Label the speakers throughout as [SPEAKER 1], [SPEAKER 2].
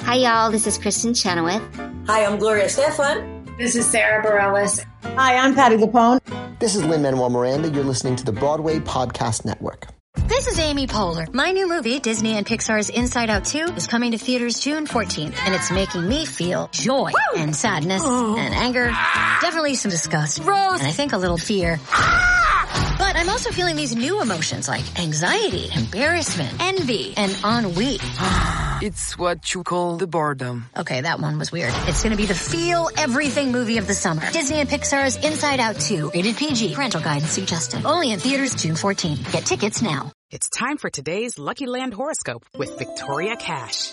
[SPEAKER 1] Hi, y'all. This is Kristen Chenoweth.
[SPEAKER 2] Hi, I'm Gloria Stefan.
[SPEAKER 3] This is Sarah Bareilles.
[SPEAKER 4] Hi, I'm Patty Lapone.
[SPEAKER 5] This is Lynn Manuel Miranda. You're listening to the Broadway Podcast Network.
[SPEAKER 6] This is Amy Poehler. My new movie, Disney and Pixar's Inside Out 2, is coming to theaters June 14th, and it's making me feel joy Woo! and sadness oh. and anger, ah! definitely some disgust, Rose. and I think a little fear. Ah! But I'm also feeling these new emotions like anxiety, embarrassment, envy, and ennui.
[SPEAKER 7] It's what you call the boredom.
[SPEAKER 6] Okay, that one was weird. It's gonna be the feel everything movie of the summer. Disney and Pixar's Inside Out 2, rated PG, parental guidance suggested. Only in theaters June 14. Get tickets now.
[SPEAKER 8] It's time for today's Lucky Land horoscope with Victoria Cash.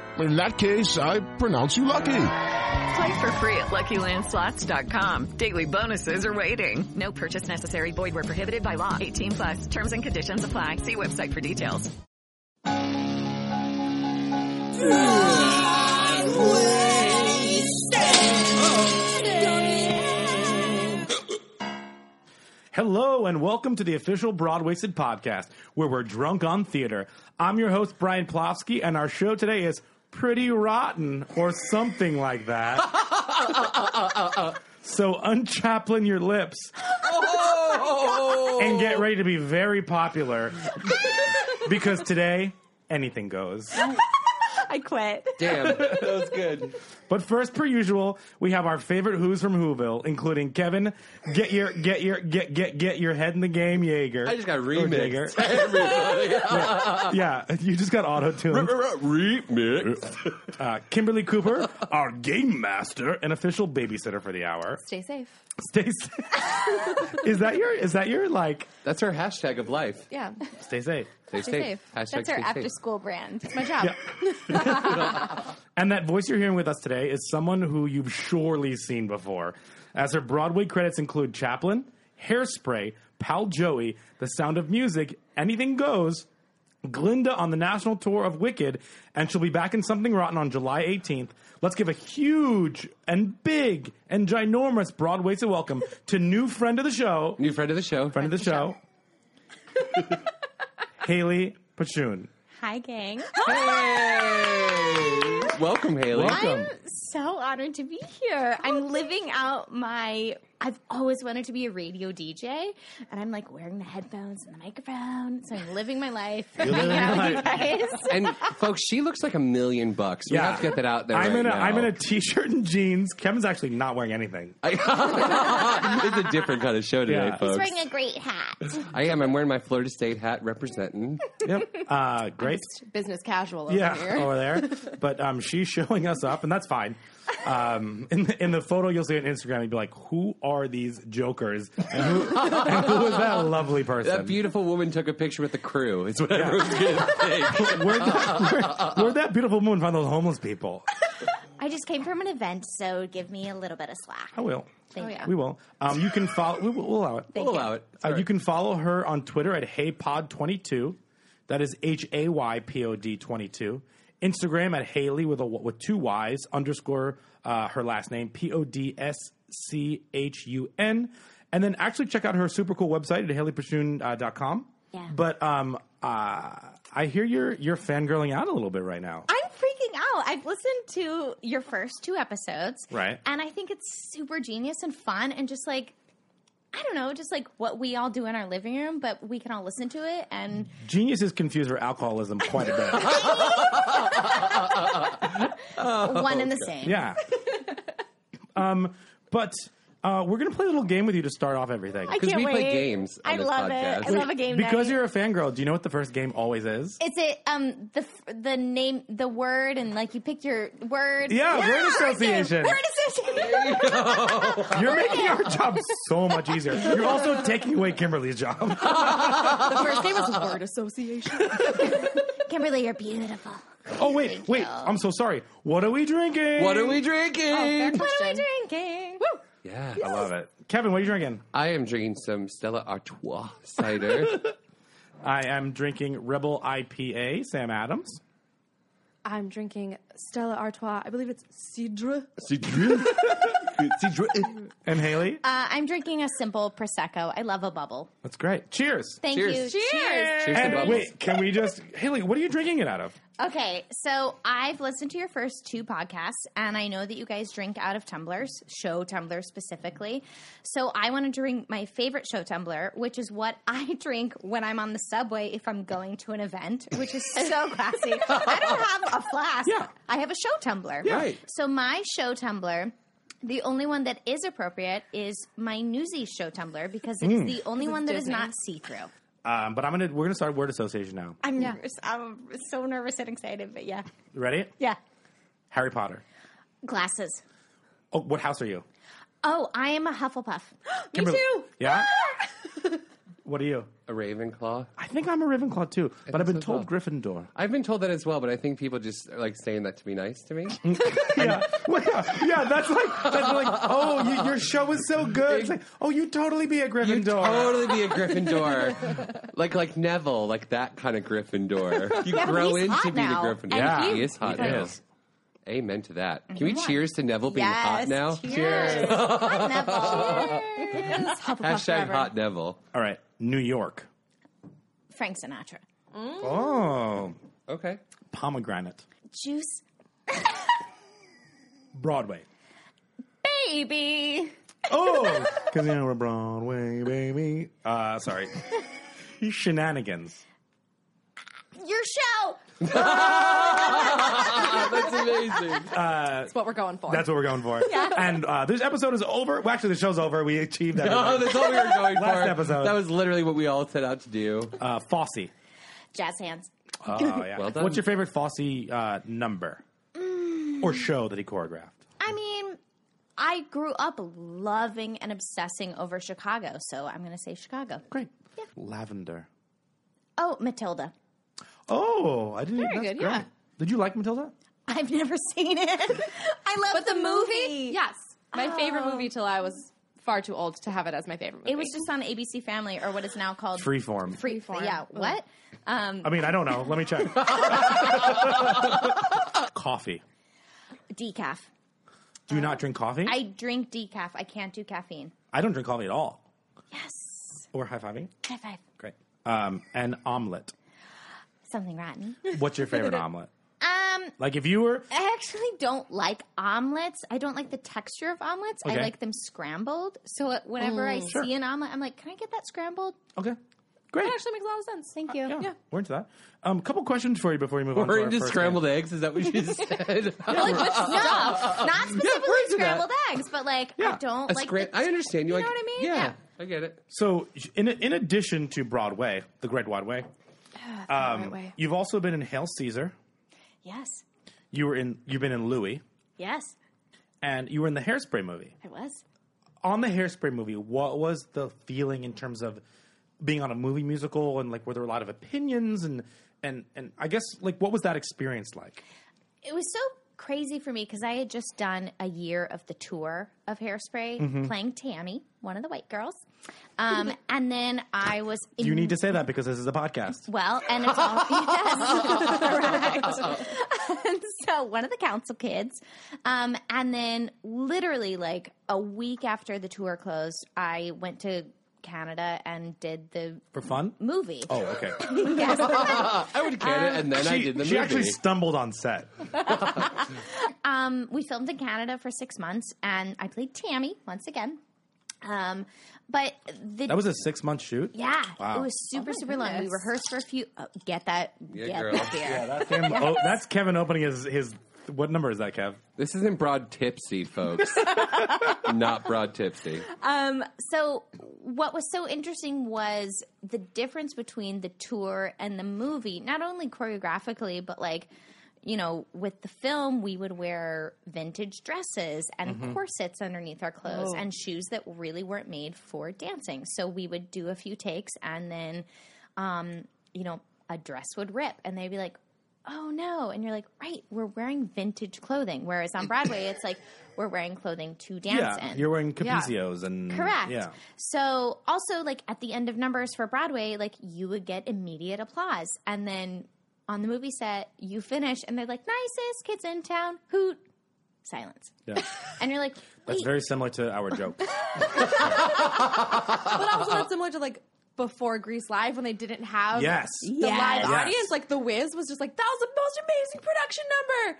[SPEAKER 9] In that case, I pronounce you lucky.
[SPEAKER 10] Play for free at LuckyLandSlots.com. Daily bonuses are waiting. No purchase necessary. Void where prohibited by law. 18 plus. Terms and conditions apply. See website for details.
[SPEAKER 11] Hello and welcome to the official Broadwasted podcast, where we're drunk on theater. I'm your host Brian Plofsky, and our show today is pretty rotten or something like that. uh, uh, uh, so unchaplain your lips oh! and get ready to be very popular because today anything goes.
[SPEAKER 12] I quit.
[SPEAKER 13] Damn, that was good.
[SPEAKER 11] But first, per usual, we have our favorite Who's from Whoville, including Kevin. Get your get your get get get your head in the game, Jaeger.
[SPEAKER 13] I just got remixed. Everybody.
[SPEAKER 11] yeah. yeah, you just got auto tuned.
[SPEAKER 13] Remix.
[SPEAKER 11] Uh, Kimberly Cooper, our game master and official babysitter for the hour.
[SPEAKER 12] Stay safe.
[SPEAKER 11] Stay safe. is that your is that your like?
[SPEAKER 13] That's her hashtag of life.
[SPEAKER 12] Yeah.
[SPEAKER 11] Stay safe.
[SPEAKER 13] Stay, stay safe. safe. Hashtag
[SPEAKER 12] That's
[SPEAKER 13] our
[SPEAKER 12] after
[SPEAKER 13] safe.
[SPEAKER 12] school brand. It's my job.
[SPEAKER 11] Yeah. and that voice you're hearing with us today is someone who you've surely seen before, as her Broadway credits include Chaplin, Hairspray, Pal Joey, The Sound of Music, Anything Goes, Glinda on the national tour of Wicked, and she'll be back in Something Rotten on July 18th. Let's give a huge and big and ginormous Broadway to welcome to new friend of the show.
[SPEAKER 13] New friend of the show.
[SPEAKER 11] Friend, friend of the show. show. Haley Pachoon.
[SPEAKER 14] Hi, gang.
[SPEAKER 13] Hey! Welcome, Haley.
[SPEAKER 14] Welcome. I'm so honored to be here. Oh, I'm living out my. I've always wanted to be a radio DJ, and I'm like wearing the headphones and the microphone, so I'm living my life.
[SPEAKER 13] Living life. and folks, she looks like a million bucks. We yeah. have to get that out there.
[SPEAKER 11] I'm
[SPEAKER 13] right
[SPEAKER 11] in a
[SPEAKER 13] now.
[SPEAKER 11] I'm in a t-shirt and jeans. Kevin's actually not wearing anything.
[SPEAKER 13] it's a different kind of show today, yeah. folks.
[SPEAKER 14] He's wearing a great hat.
[SPEAKER 13] I am. I'm wearing my Florida State hat, representing.
[SPEAKER 11] Yep. Uh, great.
[SPEAKER 12] business casual. Over
[SPEAKER 11] yeah,
[SPEAKER 12] here.
[SPEAKER 11] over there. But um, she's showing us up, and that's fine. Um, in, the, in the photo you'll see on Instagram, you'd be like, "Who are these jokers? And who, and who is that lovely person?
[SPEAKER 13] That beautiful woman took a picture with the crew. It's what everyone's gonna think.
[SPEAKER 11] where'd, that, where, where'd that beautiful woman find those homeless people?
[SPEAKER 14] I just came from an event, so give me a little bit of slack.
[SPEAKER 11] I will.
[SPEAKER 14] Thank oh, yeah.
[SPEAKER 11] We will. Um, you can follow. We will, we'll allow it.
[SPEAKER 13] Thank we'll you. allow it.
[SPEAKER 11] Uh, you can follow her on Twitter at heypod22. That is H A Y P O D 22. Instagram at Haley with a with two Y's underscore uh, her last name P O D S C H U N, and then actually check out her super cool website at HaleyPashoon.com.
[SPEAKER 14] Uh, yeah.
[SPEAKER 11] But um, uh, I hear you're you're fangirling out a little bit right now.
[SPEAKER 14] I'm freaking out. I've listened to your first two episodes,
[SPEAKER 11] right?
[SPEAKER 14] And I think it's super genius and fun, and just like I don't know, just like what we all do in our living room, but we can all listen to it and
[SPEAKER 11] geniuses confuse for alcoholism quite a bit.
[SPEAKER 14] oh, One and the God. same.
[SPEAKER 11] Yeah. um, but Uh, we're gonna play a little game with you to start off everything.
[SPEAKER 14] I can't wait. I love it. I love a game
[SPEAKER 11] Because
[SPEAKER 14] night.
[SPEAKER 11] you're a fangirl, do you know what the first game always is?
[SPEAKER 14] It's a um the f- the name the word and like you pick your word.
[SPEAKER 11] Yeah, word association.
[SPEAKER 14] Word association.
[SPEAKER 11] You're making our job so much easier. You're also taking away Kimberly's job.
[SPEAKER 12] the first name was word association.
[SPEAKER 14] Kimberly, you're beautiful.
[SPEAKER 11] Oh wait, wait. I'm so sorry. What are we drinking?
[SPEAKER 13] What are we drinking?
[SPEAKER 14] What are we drinking? Woo!
[SPEAKER 13] Yeah,
[SPEAKER 11] I love it. Kevin, what are you drinking?
[SPEAKER 13] I am drinking some Stella Artois cider.
[SPEAKER 11] I am drinking Rebel IPA, Sam Adams.
[SPEAKER 12] I'm drinking Stella Artois. I believe it's Cidre.
[SPEAKER 11] and Haley,
[SPEAKER 14] Uh, I'm drinking a simple prosecco. I love a bubble.
[SPEAKER 11] that's great. Cheers.
[SPEAKER 14] Thank
[SPEAKER 13] Cheers.
[SPEAKER 14] you. Cheers.
[SPEAKER 13] Cheers to
[SPEAKER 11] And
[SPEAKER 13] bubbles.
[SPEAKER 11] wait, can we just Haley? What are you drinking it out of?
[SPEAKER 14] Okay, so I've listened to your first two podcasts, and I know that you guys drink out of tumblers, show tumblers specifically. So I want to drink my favorite show tumbler, which is what I drink when I'm on the subway if I'm going to an event, which is so classy. I don't have a flask. I have a show tumbler.
[SPEAKER 13] Yeah. Right.
[SPEAKER 14] So my show tumbler. The only one that is appropriate is my Newsy show tumbler because it's
[SPEAKER 11] Mm.
[SPEAKER 14] the only
[SPEAKER 12] Is it
[SPEAKER 14] one that is
[SPEAKER 12] Disney?
[SPEAKER 14] not see through.
[SPEAKER 11] Um, but I'm gonna we're gonna start word association now.
[SPEAKER 14] I'm nervous. I'm so nervous and excited, but yeah,
[SPEAKER 11] You ready?
[SPEAKER 14] yeah.
[SPEAKER 11] Harry Potter.
[SPEAKER 14] Glasses.
[SPEAKER 11] Oh, what house are you?
[SPEAKER 14] Oh, I am a Hufflepuff. Ah!
[SPEAKER 11] Kimberly- Yeah. what are you?
[SPEAKER 13] a Ravenclaw.
[SPEAKER 11] I think I'm a Ravenclaw too, but I've been
[SPEAKER 13] so
[SPEAKER 11] told
[SPEAKER 13] as
[SPEAKER 11] Gryffindor.
[SPEAKER 13] I've been told that as well, but I think people just are like saying that to be nice to me.
[SPEAKER 11] yeah. Well, yeah, yeah, that's like that's like oh, you, your show was so good. It's like, oh, you totally be a Gryffindor.
[SPEAKER 13] totally be a Gryffindor, like like Neville, like that kind of Gryffindor. You
[SPEAKER 14] Yeah, but
[SPEAKER 13] grow
[SPEAKER 14] he's
[SPEAKER 13] into
[SPEAKER 14] hot
[SPEAKER 13] being
[SPEAKER 14] now.
[SPEAKER 13] a Gryffindor.
[SPEAKER 14] And
[SPEAKER 13] yeah,
[SPEAKER 14] he-
[SPEAKER 13] he is hot
[SPEAKER 11] He
[SPEAKER 13] now.
[SPEAKER 11] is.
[SPEAKER 13] Amen to that. Can we cheers to Neville being hot now?
[SPEAKER 14] Cheers. Neville.
[SPEAKER 13] Hashtag hot Neville.
[SPEAKER 11] All right, New York.
[SPEAKER 14] Frank Sinatra.
[SPEAKER 11] Oh,
[SPEAKER 13] Okay.
[SPEAKER 11] pomegranate.
[SPEAKER 14] Juice
[SPEAKER 11] Broadway.
[SPEAKER 14] baby.
[SPEAKER 11] Oh, because you know we're Broadway, baby. Uh, sorry. Shenanigans.
[SPEAKER 14] Your show.
[SPEAKER 13] That's amazing.
[SPEAKER 12] That's what we're going for.
[SPEAKER 11] That's what we're going for. And uh, this episode is over. Well, actually, the show's over. We achieved that.
[SPEAKER 13] Oh, that's all we were going for.
[SPEAKER 11] Last episode.
[SPEAKER 13] That was literally what we all set out to do.
[SPEAKER 11] uh, Fosse.
[SPEAKER 14] Jazz hands.
[SPEAKER 11] Oh, yeah.
[SPEAKER 13] Well done.
[SPEAKER 11] What's your favorite Fosse uh, number or show that he choreographed?
[SPEAKER 14] I mean, I grew up loving and obsessing over Chicago, so I'm going to say Chicago.
[SPEAKER 11] Great. Lavender.
[SPEAKER 14] Oh, Matilda.
[SPEAKER 11] Oh, I didn't.
[SPEAKER 12] Very
[SPEAKER 11] that's
[SPEAKER 12] good, yeah.
[SPEAKER 11] Did you like Matilda?
[SPEAKER 14] I've never seen it. I love
[SPEAKER 12] but the, movie,
[SPEAKER 14] Yeah.
[SPEAKER 12] yes, my favorite movie till I was far too old to have it as my favorite movie.
[SPEAKER 14] It was just on ABC Family or what is now called
[SPEAKER 11] Freeform.
[SPEAKER 12] Freeform.
[SPEAKER 14] Yeah, what? Um,
[SPEAKER 11] I mean, I don't know. Let me check. coffee.
[SPEAKER 14] decaf.
[SPEAKER 11] Do you not drink coffee?
[SPEAKER 14] I drink decaf. I can't do caffeine.
[SPEAKER 11] I don't drink coffee at all. Yes. Or high fiving.
[SPEAKER 14] High five.
[SPEAKER 11] Great. Um, an omelet.
[SPEAKER 14] Something rotten.
[SPEAKER 11] What's your favorite omelet?
[SPEAKER 14] Um,
[SPEAKER 11] Like if you were
[SPEAKER 14] I actually don't like omelets. I don't like the texture of omelets.
[SPEAKER 11] Okay. Mm.
[SPEAKER 14] I like them scrambled. So uh, whenever I
[SPEAKER 11] Sure.
[SPEAKER 14] see an omelet, I'm like, can I get that scrambled?
[SPEAKER 11] okay, great.
[SPEAKER 12] It actually makes a lot of sense.
[SPEAKER 14] Thank you.
[SPEAKER 11] Uh, yeah, we're into that. Um, couple questions for you before we move on. to
[SPEAKER 13] We're
[SPEAKER 11] our
[SPEAKER 13] into
[SPEAKER 11] first
[SPEAKER 13] scrambled eggs. Is that what you said?
[SPEAKER 14] No, not specifically
[SPEAKER 13] into that.
[SPEAKER 14] scrambled eggs, but like I don't
[SPEAKER 13] A
[SPEAKER 14] like.
[SPEAKER 13] scram-
[SPEAKER 14] the-
[SPEAKER 13] I understand you.
[SPEAKER 14] You
[SPEAKER 13] like-
[SPEAKER 14] know what I mean?
[SPEAKER 13] Yeah,
[SPEAKER 14] Yeah.
[SPEAKER 13] I get it.
[SPEAKER 11] So, in in addition to Broadway, the Great Wide Way, um,
[SPEAKER 12] way.
[SPEAKER 11] you've also been in Hail Caesar.
[SPEAKER 14] yes,
[SPEAKER 11] You were in. You've been in Louis,
[SPEAKER 14] yes,
[SPEAKER 11] and you were in the Hairspray movie.
[SPEAKER 14] I was.
[SPEAKER 11] On the Hairspray movie, what was the feeling in terms of being on a movie musical, and like were there a lot of opinions and and and I guess like what was that experience like?
[SPEAKER 14] it was so crazy for me because I had just done a year of the tour of Hairspray,
[SPEAKER 11] Mm-hmm.
[SPEAKER 14] playing Tammy, one of the white girls, um, and then I was. In-
[SPEAKER 11] You need to say that because this is a podcast.
[SPEAKER 14] well, and it's all yes, correct. and so one of the council kids, um, and then literally like a week after the tour closed, I went to Canada and did the
[SPEAKER 11] For fun?
[SPEAKER 14] movie.
[SPEAKER 11] Oh, okay.
[SPEAKER 13] I would get it, and then I
[SPEAKER 11] she
[SPEAKER 13] did the
[SPEAKER 11] she
[SPEAKER 13] movie.
[SPEAKER 11] actually stumbled on set.
[SPEAKER 14] Um, we filmed in Canada for six months, and I played Tammy once again. Um, but the
[SPEAKER 11] That was a six month shoot.
[SPEAKER 14] yeah,
[SPEAKER 11] Wow.
[SPEAKER 14] it was super super long. We rehearsed for a few. Oh, get that,
[SPEAKER 13] Yeah,
[SPEAKER 14] get
[SPEAKER 13] girl.
[SPEAKER 14] that beer.
[SPEAKER 11] That's, him- oh, that's Kevin opening his his what number is that, Kev?
[SPEAKER 13] This isn't broad tipsy, folks. Not broad tipsy.
[SPEAKER 14] Um, so, what was so interesting was the difference between the tour and the movie, not only choreographically, but like, you know, with the film, we would wear vintage dresses and
[SPEAKER 11] Mm-hmm.
[SPEAKER 3] Mhm.
[SPEAKER 14] corsets underneath our clothes
[SPEAKER 3] Oh.
[SPEAKER 14] and shoes that really weren't made for dancing. So, we would do a few takes and then, um, you know, a dress would rip and they'd be like, oh no. And you're like, right, we're wearing vintage clothing. Whereas on Broadway, it's like, we're wearing clothing to dance
[SPEAKER 11] yeah,
[SPEAKER 14] in.
[SPEAKER 11] you're wearing
[SPEAKER 14] Yeah.
[SPEAKER 11] capricios and
[SPEAKER 14] Correct.
[SPEAKER 11] Yeah.
[SPEAKER 14] So also like at the end of numbers for Broadway, like you would get immediate applause. And then on the movie set, you finish and they're like, nicest kids in town, hoot, silence.
[SPEAKER 11] yeah.
[SPEAKER 14] And you're like,
[SPEAKER 11] That's very similar to our joke.
[SPEAKER 12] but
[SPEAKER 11] uh,
[SPEAKER 12] also that's similar to like before Grease Live when they didn't have
[SPEAKER 11] Yes.
[SPEAKER 12] the
[SPEAKER 11] Yes.
[SPEAKER 12] live
[SPEAKER 11] Yes.
[SPEAKER 12] audience. Like the Wiz was just like that was the most amazing production number.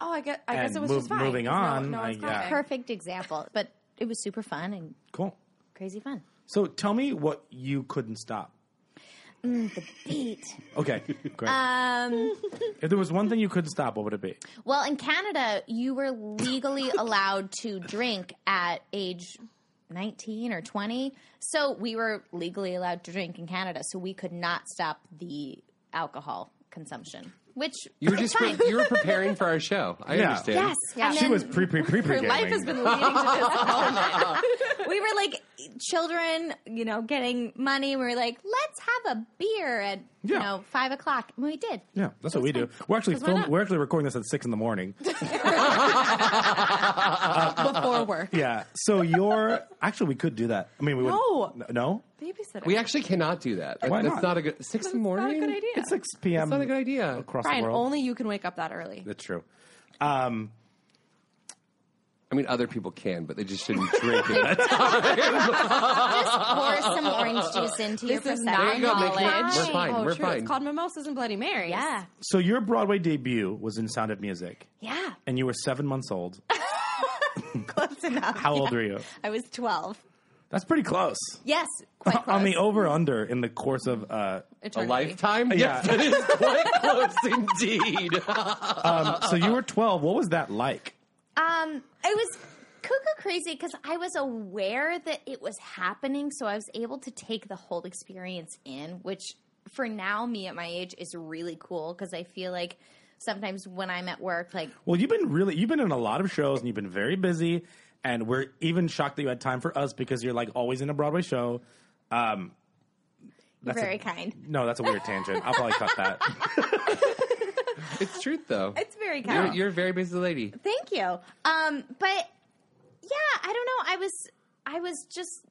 [SPEAKER 12] Oh, I guess I guess
[SPEAKER 11] And
[SPEAKER 12] it was
[SPEAKER 11] move-
[SPEAKER 12] just fine.
[SPEAKER 11] moving
[SPEAKER 12] 'cause no-
[SPEAKER 11] on,
[SPEAKER 12] no
[SPEAKER 11] I-
[SPEAKER 12] one's
[SPEAKER 11] yeah.
[SPEAKER 12] clapping.
[SPEAKER 14] perfect example. But it was super fun and
[SPEAKER 11] cool.
[SPEAKER 14] crazy fun.
[SPEAKER 11] So tell me what you couldn't stop.
[SPEAKER 14] Mm, the beat.
[SPEAKER 11] Okay, great.
[SPEAKER 14] Um,
[SPEAKER 11] if there was one thing you couldn't stop, what would it be?
[SPEAKER 14] well, in Canada, you were legally allowed to drink at age 19 or 20. So we were legally allowed to drink in Canada. So we could not stop the alcohol consumption, which
[SPEAKER 13] You were
[SPEAKER 14] is
[SPEAKER 13] just
[SPEAKER 14] fine.
[SPEAKER 13] you were preparing for our show. I
[SPEAKER 11] Yeah.
[SPEAKER 13] understand.
[SPEAKER 14] Yes, yeah.
[SPEAKER 11] She
[SPEAKER 14] And
[SPEAKER 11] was
[SPEAKER 14] then-
[SPEAKER 11] pre pre pre pre
[SPEAKER 12] Her life has been leading to this moment.
[SPEAKER 14] we were like children, you know, getting money. We were like, let's have a beer at, you
[SPEAKER 11] Yeah.
[SPEAKER 14] know, five o'clock. And we did.
[SPEAKER 11] Yeah, that's what we do. We're actually
[SPEAKER 14] 'Cause why
[SPEAKER 11] film-
[SPEAKER 14] not?
[SPEAKER 11] we're actually recording this at six in the morning.
[SPEAKER 12] Before work.
[SPEAKER 11] Yeah. So you're actually we could do that. I mean, we
[SPEAKER 12] No.
[SPEAKER 11] would. No.
[SPEAKER 12] Babysitter.
[SPEAKER 13] We actually cannot do that.
[SPEAKER 11] Why
[SPEAKER 13] That's
[SPEAKER 11] not?
[SPEAKER 13] a good six in the morning.
[SPEAKER 12] not a good idea.
[SPEAKER 11] It's six p.m.
[SPEAKER 13] That's not a good idea.
[SPEAKER 11] Across
[SPEAKER 12] Brian,
[SPEAKER 11] the world.
[SPEAKER 12] only you can wake up that early.
[SPEAKER 11] That's true. Um,
[SPEAKER 13] I mean, other people can, but they just shouldn't drink at that time.
[SPEAKER 14] Just pour some orange juice into your
[SPEAKER 12] This is not
[SPEAKER 13] There you go, make
[SPEAKER 14] prosecco.
[SPEAKER 13] it-
[SPEAKER 12] knowledge.
[SPEAKER 13] we're fine,
[SPEAKER 12] Oh,
[SPEAKER 13] we're
[SPEAKER 12] true.
[SPEAKER 13] fine.
[SPEAKER 12] It's called mimosas and Bloody Marys.
[SPEAKER 14] Yeah.
[SPEAKER 11] so your Broadway debut was in Sound of Music,
[SPEAKER 14] Yeah.
[SPEAKER 11] and you were seven months old.
[SPEAKER 14] Close enough.
[SPEAKER 11] How old were you?
[SPEAKER 14] I was 12.
[SPEAKER 11] That's pretty close.
[SPEAKER 14] Yes. Quite close.
[SPEAKER 11] On the over under in the course of uh,
[SPEAKER 14] Eternity.
[SPEAKER 13] lifetime?
[SPEAKER 11] Yeah.
[SPEAKER 13] Yes, that is quite close indeed.
[SPEAKER 11] um, so you were twelve. What was that like?
[SPEAKER 14] Um, it was cuckoo crazy because I was aware that it was happening, so I was able to take the whole experience in, which for now, me at my age, is really cool because I feel like sometimes when I'm at work, like
[SPEAKER 11] Well, you've been really you've been in a lot of shows and you've been very busy, and we're even shocked that you had time for us because you're like always in a Broadway show. Um,
[SPEAKER 14] you're
[SPEAKER 11] that's a-
[SPEAKER 14] very kind.
[SPEAKER 11] No, that's a weird tangent. I'll probably cut that.
[SPEAKER 13] It's truth, though.
[SPEAKER 14] It's very kind.
[SPEAKER 13] You're, you're a very busy lady.
[SPEAKER 14] Thank you. Um, but yeah, I don't know. I was, I was just,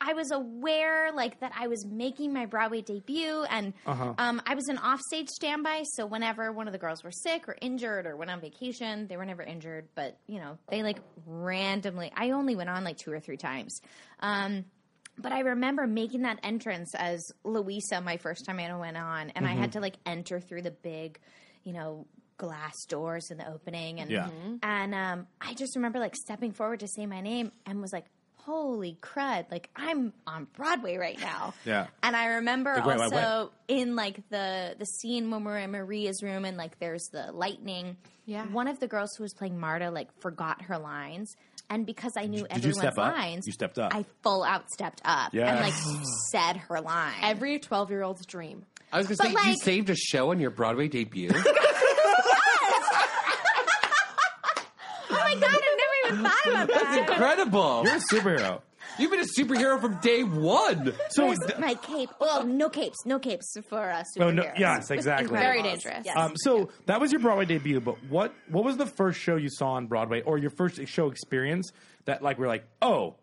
[SPEAKER 14] I was aware like that I was making my Broadway debut, and
[SPEAKER 3] Uh-huh.
[SPEAKER 14] um, I was an offstage standby. So whenever one of the girls were sick or injured or went on vacation, they were never injured, but you know they like randomly. I only went on like two or three times. Um, but I remember making that entrance as Louisa my first time I went on, and I
[SPEAKER 3] Mhm.
[SPEAKER 11] Mm-hmm.
[SPEAKER 14] had to like enter through the big, you know, glass doors in the opening, and
[SPEAKER 3] Yeah. Mhm.
[SPEAKER 14] and um, I just remember like stepping forward to say my name and was like, "Holy crud! Like I'm on Broadway right now."
[SPEAKER 3] Yeah.
[SPEAKER 14] And I remember
[SPEAKER 3] The Great Wide
[SPEAKER 14] also in like the the scene when we're in Maria's room and like there's the lightning. Yeah. One of the girls who was playing Marta like forgot her lines, and because I knew
[SPEAKER 11] Did you
[SPEAKER 14] everyone's
[SPEAKER 11] step up?
[SPEAKER 14] lines,
[SPEAKER 11] You stepped up.
[SPEAKER 14] I full out stepped up and like
[SPEAKER 11] Yes.
[SPEAKER 14] said her line.
[SPEAKER 12] Every twelve year old's dream.
[SPEAKER 13] I was going to
[SPEAKER 12] But
[SPEAKER 13] say, you
[SPEAKER 12] like-
[SPEAKER 13] saved a show on your Broadway debut.
[SPEAKER 14] Oh my god! I've never even thought about that.
[SPEAKER 13] That's incredible.
[SPEAKER 11] You're a superhero.
[SPEAKER 13] You've been a superhero from day one.
[SPEAKER 14] Where's my cape? Well, no capes, no capes for us.
[SPEAKER 11] Oh, no- yes, exactly.
[SPEAKER 14] Very dangerous. Yes.
[SPEAKER 11] Um, so that was your Broadway debut, but what what was the first show you saw on Broadway or your first show experience that like we're like, oh,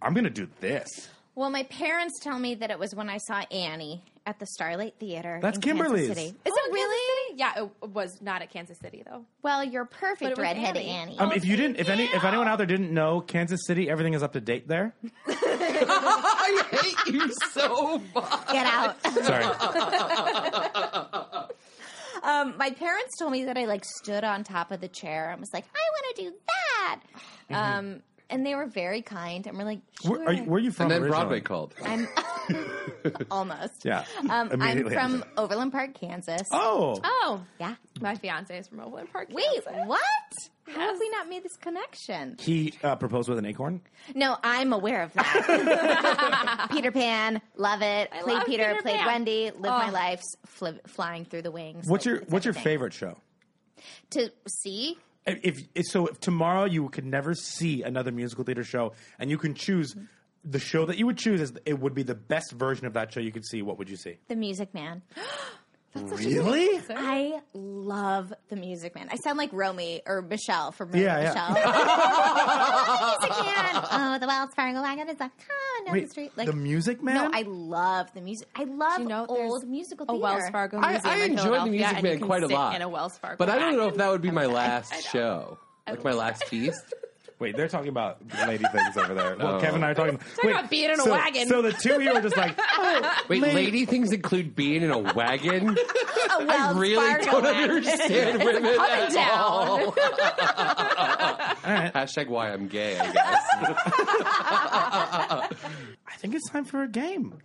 [SPEAKER 11] I'm gonna do this.
[SPEAKER 14] well, my parents tell me that it was when I saw Annie at the Starlight Theater.
[SPEAKER 11] That's
[SPEAKER 14] in Kansas
[SPEAKER 11] Kimberly's.
[SPEAKER 14] City.
[SPEAKER 12] Is it really? Oh, Yeah, it was not at Kansas City though.
[SPEAKER 14] Well, you're
[SPEAKER 12] But it
[SPEAKER 14] perfect,
[SPEAKER 12] was
[SPEAKER 14] redhead
[SPEAKER 12] Annie.
[SPEAKER 14] Annie.
[SPEAKER 11] Um, if you didn't, if any, if anyone out there didn't know, Kansas City, everything is up to date there.
[SPEAKER 13] I hate you so much.
[SPEAKER 14] Get out.
[SPEAKER 11] Sorry.
[SPEAKER 14] um, my parents told me that I like stood on top of the chair and was like, "I want to do that," um, and they were very kind and were like,
[SPEAKER 11] Where, Mm-hmm. are you, where are you from?
[SPEAKER 13] And then
[SPEAKER 11] originally?
[SPEAKER 13] Broadway called.
[SPEAKER 14] "I'm Almost.
[SPEAKER 11] Yeah.
[SPEAKER 14] Um, I'm
[SPEAKER 11] Immediately
[SPEAKER 14] from
[SPEAKER 11] after.
[SPEAKER 14] Overland Park, Kansas.
[SPEAKER 11] Oh.
[SPEAKER 14] Oh. Yeah.
[SPEAKER 3] My fiance is from Overland Park.
[SPEAKER 14] Wait, what? How have we not made this connection?
[SPEAKER 11] He uh, proposed with an acorn.
[SPEAKER 14] No, I'm aware of that. Peter Pan, love it.
[SPEAKER 3] I
[SPEAKER 14] played
[SPEAKER 3] love
[SPEAKER 14] Peter,
[SPEAKER 3] Peter
[SPEAKER 14] played
[SPEAKER 3] Pan.
[SPEAKER 14] Wendy, lived my
[SPEAKER 3] Oh.
[SPEAKER 14] life fl- flying through the wings.
[SPEAKER 11] What's
[SPEAKER 14] like,
[SPEAKER 11] your
[SPEAKER 14] it's
[SPEAKER 11] What's your
[SPEAKER 14] everything.
[SPEAKER 11] favorite show?
[SPEAKER 14] to see?
[SPEAKER 11] If, if so, if tomorrow you could never see another musical theater show, and you can choose the show that you would choose as it would be the best version of that show you could see. What would you see?
[SPEAKER 14] The Music Man.
[SPEAKER 11] Really?
[SPEAKER 14] I love The Music Man. I sound like Romy or Michelle from Romy
[SPEAKER 11] Yeah,
[SPEAKER 14] and
[SPEAKER 11] yeah.
[SPEAKER 14] Michelle. I love The Music Man. Oh, the Wells Fargo wagon is like, ah, down
[SPEAKER 11] Wait,
[SPEAKER 14] the street.
[SPEAKER 11] The Music Man?
[SPEAKER 14] No, I love the music. I love old musical
[SPEAKER 3] a
[SPEAKER 14] theater.
[SPEAKER 3] Wells Fargo
[SPEAKER 13] I,
[SPEAKER 3] museum
[SPEAKER 13] I
[SPEAKER 3] in
[SPEAKER 13] enjoyed the
[SPEAKER 3] Philadelphia,
[SPEAKER 13] Music
[SPEAKER 3] and you
[SPEAKER 13] Man
[SPEAKER 3] can
[SPEAKER 13] quite a
[SPEAKER 3] sit
[SPEAKER 13] lot.
[SPEAKER 3] In a Wells Fargo,
[SPEAKER 13] but I don't know
[SPEAKER 3] wagon.
[SPEAKER 13] if that would be my last show. Like my last piece.
[SPEAKER 11] Wait, they're talking about lady things over there. Well,
[SPEAKER 13] Oh.
[SPEAKER 11] Kevin and I are talking.
[SPEAKER 3] Talking about being in a
[SPEAKER 11] so,
[SPEAKER 3] wagon.
[SPEAKER 11] So the two of you are just like, oh,
[SPEAKER 13] Wait,
[SPEAKER 11] lady-
[SPEAKER 13] lady things include being in a wagon?
[SPEAKER 14] A Wells
[SPEAKER 13] I really
[SPEAKER 14] Fargo
[SPEAKER 13] don't
[SPEAKER 14] wagon.
[SPEAKER 13] understand
[SPEAKER 14] It's
[SPEAKER 13] women
[SPEAKER 14] a coming
[SPEAKER 13] at
[SPEAKER 14] down.
[SPEAKER 13] all. Hashtag why I'm gay, I guess.
[SPEAKER 11] I think it's time for a game.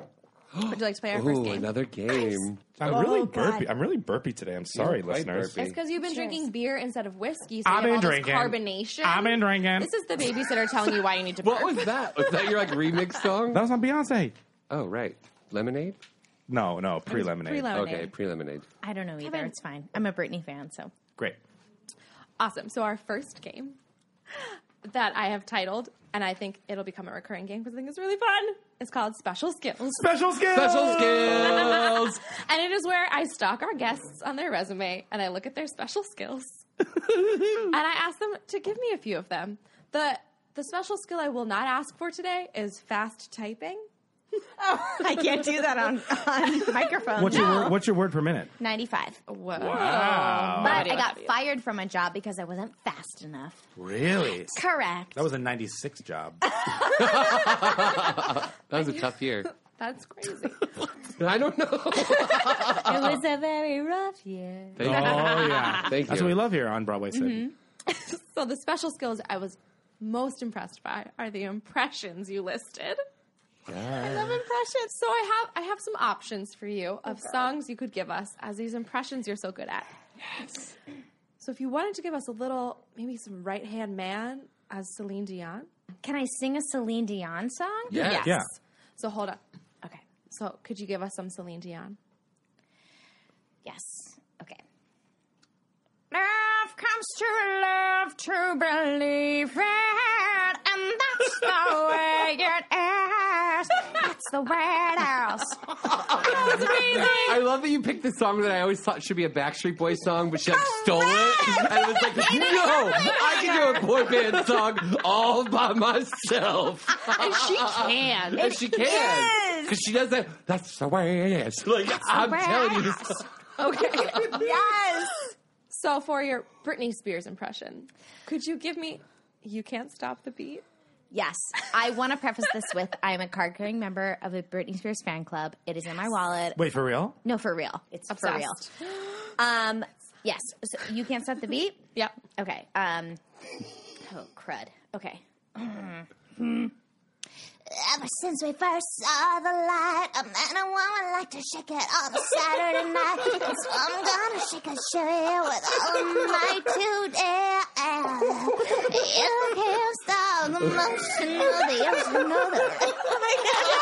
[SPEAKER 3] Would you like to play our first
[SPEAKER 13] Ooh,
[SPEAKER 3] game?
[SPEAKER 13] another game.
[SPEAKER 11] I'm
[SPEAKER 3] Oh,
[SPEAKER 11] really
[SPEAKER 3] God.
[SPEAKER 11] burpy. I'm really burpy today. I'm sorry,
[SPEAKER 13] quite
[SPEAKER 11] listeners.
[SPEAKER 13] burpy.
[SPEAKER 3] It's because you've been
[SPEAKER 14] Cheers.
[SPEAKER 3] drinking beer instead of whiskey, so
[SPEAKER 11] I've
[SPEAKER 3] you have
[SPEAKER 11] been
[SPEAKER 3] all this
[SPEAKER 11] drinking.
[SPEAKER 3] carbonation.
[SPEAKER 11] I've been drinking.
[SPEAKER 3] This is the babysitter telling you why you need to.
[SPEAKER 13] What
[SPEAKER 3] burp.
[SPEAKER 13] was that? Was that your like remix song?
[SPEAKER 11] That was on Beyonce.
[SPEAKER 13] Oh right, lemonade.
[SPEAKER 11] No, no, pre lemonade.
[SPEAKER 3] pre-lemonade. Lemonade.
[SPEAKER 13] Okay, pre lemonade.
[SPEAKER 14] I don't know either.
[SPEAKER 3] Kevin.
[SPEAKER 14] It's fine. I'm a Britney fan, so
[SPEAKER 11] Great.
[SPEAKER 3] Awesome. So our first game that I have titled, and I think it'll become a recurring game because I think it's really fun. It's called Special Skills.
[SPEAKER 11] Special skills.
[SPEAKER 13] Special skills.
[SPEAKER 3] and it is where I stalk our guests on their resume and I look at their special skills. and I ask them to give me a few of them. The the special skill I will not ask for today is fast typing.
[SPEAKER 14] I can't do that on on microphone. Oh,
[SPEAKER 11] What's your word, what's your word per minute?
[SPEAKER 14] 95.
[SPEAKER 3] Whoa.
[SPEAKER 11] Wow.
[SPEAKER 14] But I got fired from my job because I wasn't fast enough.
[SPEAKER 11] Really?
[SPEAKER 14] Correct.
[SPEAKER 11] That was a 96 job.
[SPEAKER 13] That was a tough year.
[SPEAKER 3] That's crazy.
[SPEAKER 13] I don't know.
[SPEAKER 14] it was a very rough year.
[SPEAKER 13] Thank
[SPEAKER 11] Oh,
[SPEAKER 13] you.
[SPEAKER 11] yeah.
[SPEAKER 13] Thank you.
[SPEAKER 11] That's what we love here on Broadway City.
[SPEAKER 3] so the special skills I was most impressed by are the impressions you listed. I love impressions. So I have I have some options for you of songs you could give us as these impressions you're so good at. Yes. So if you wanted to give us a little, maybe some right hand man as Celine Dion.
[SPEAKER 14] Can I sing a Celine Dion song?
[SPEAKER 13] Yeah.
[SPEAKER 11] Yeah.
[SPEAKER 3] So hold on. Okay. So could you give us some Celine Dion?
[SPEAKER 14] Yes. Okay. Love comes to love to believe it, and that's the way it is. That's the way it is.
[SPEAKER 13] I love that you picked the song that I always thought should be a Backstreet Boys song, but she like stole it. And it was like, no, I can do a boy band song all by myself.
[SPEAKER 3] And she can.
[SPEAKER 13] And she can. Because she does that. That's the way it is. Like, I'm
[SPEAKER 14] way
[SPEAKER 13] telling you.
[SPEAKER 14] it
[SPEAKER 13] This
[SPEAKER 3] Okay.
[SPEAKER 14] Yes.
[SPEAKER 3] so for your Britney Spears impression, could you give me you can't stop the beat?
[SPEAKER 14] Yes. I want to preface this with I am a card carrying member of a Britney Spears fan club. It is in my wallet.
[SPEAKER 11] Wait, for real?
[SPEAKER 14] No, for real. It's for real.
[SPEAKER 3] Obsessed.
[SPEAKER 14] Um, yes. So you can't stop the beat?
[SPEAKER 3] Yep.
[SPEAKER 14] Okay. Um, oh, crud. Okay. Ever since we first saw the light, a man and woman like to shake it on a Saturday night. And So I'm gonna shake a shimmy with all my today. You can't stop the motion of the ocean of the-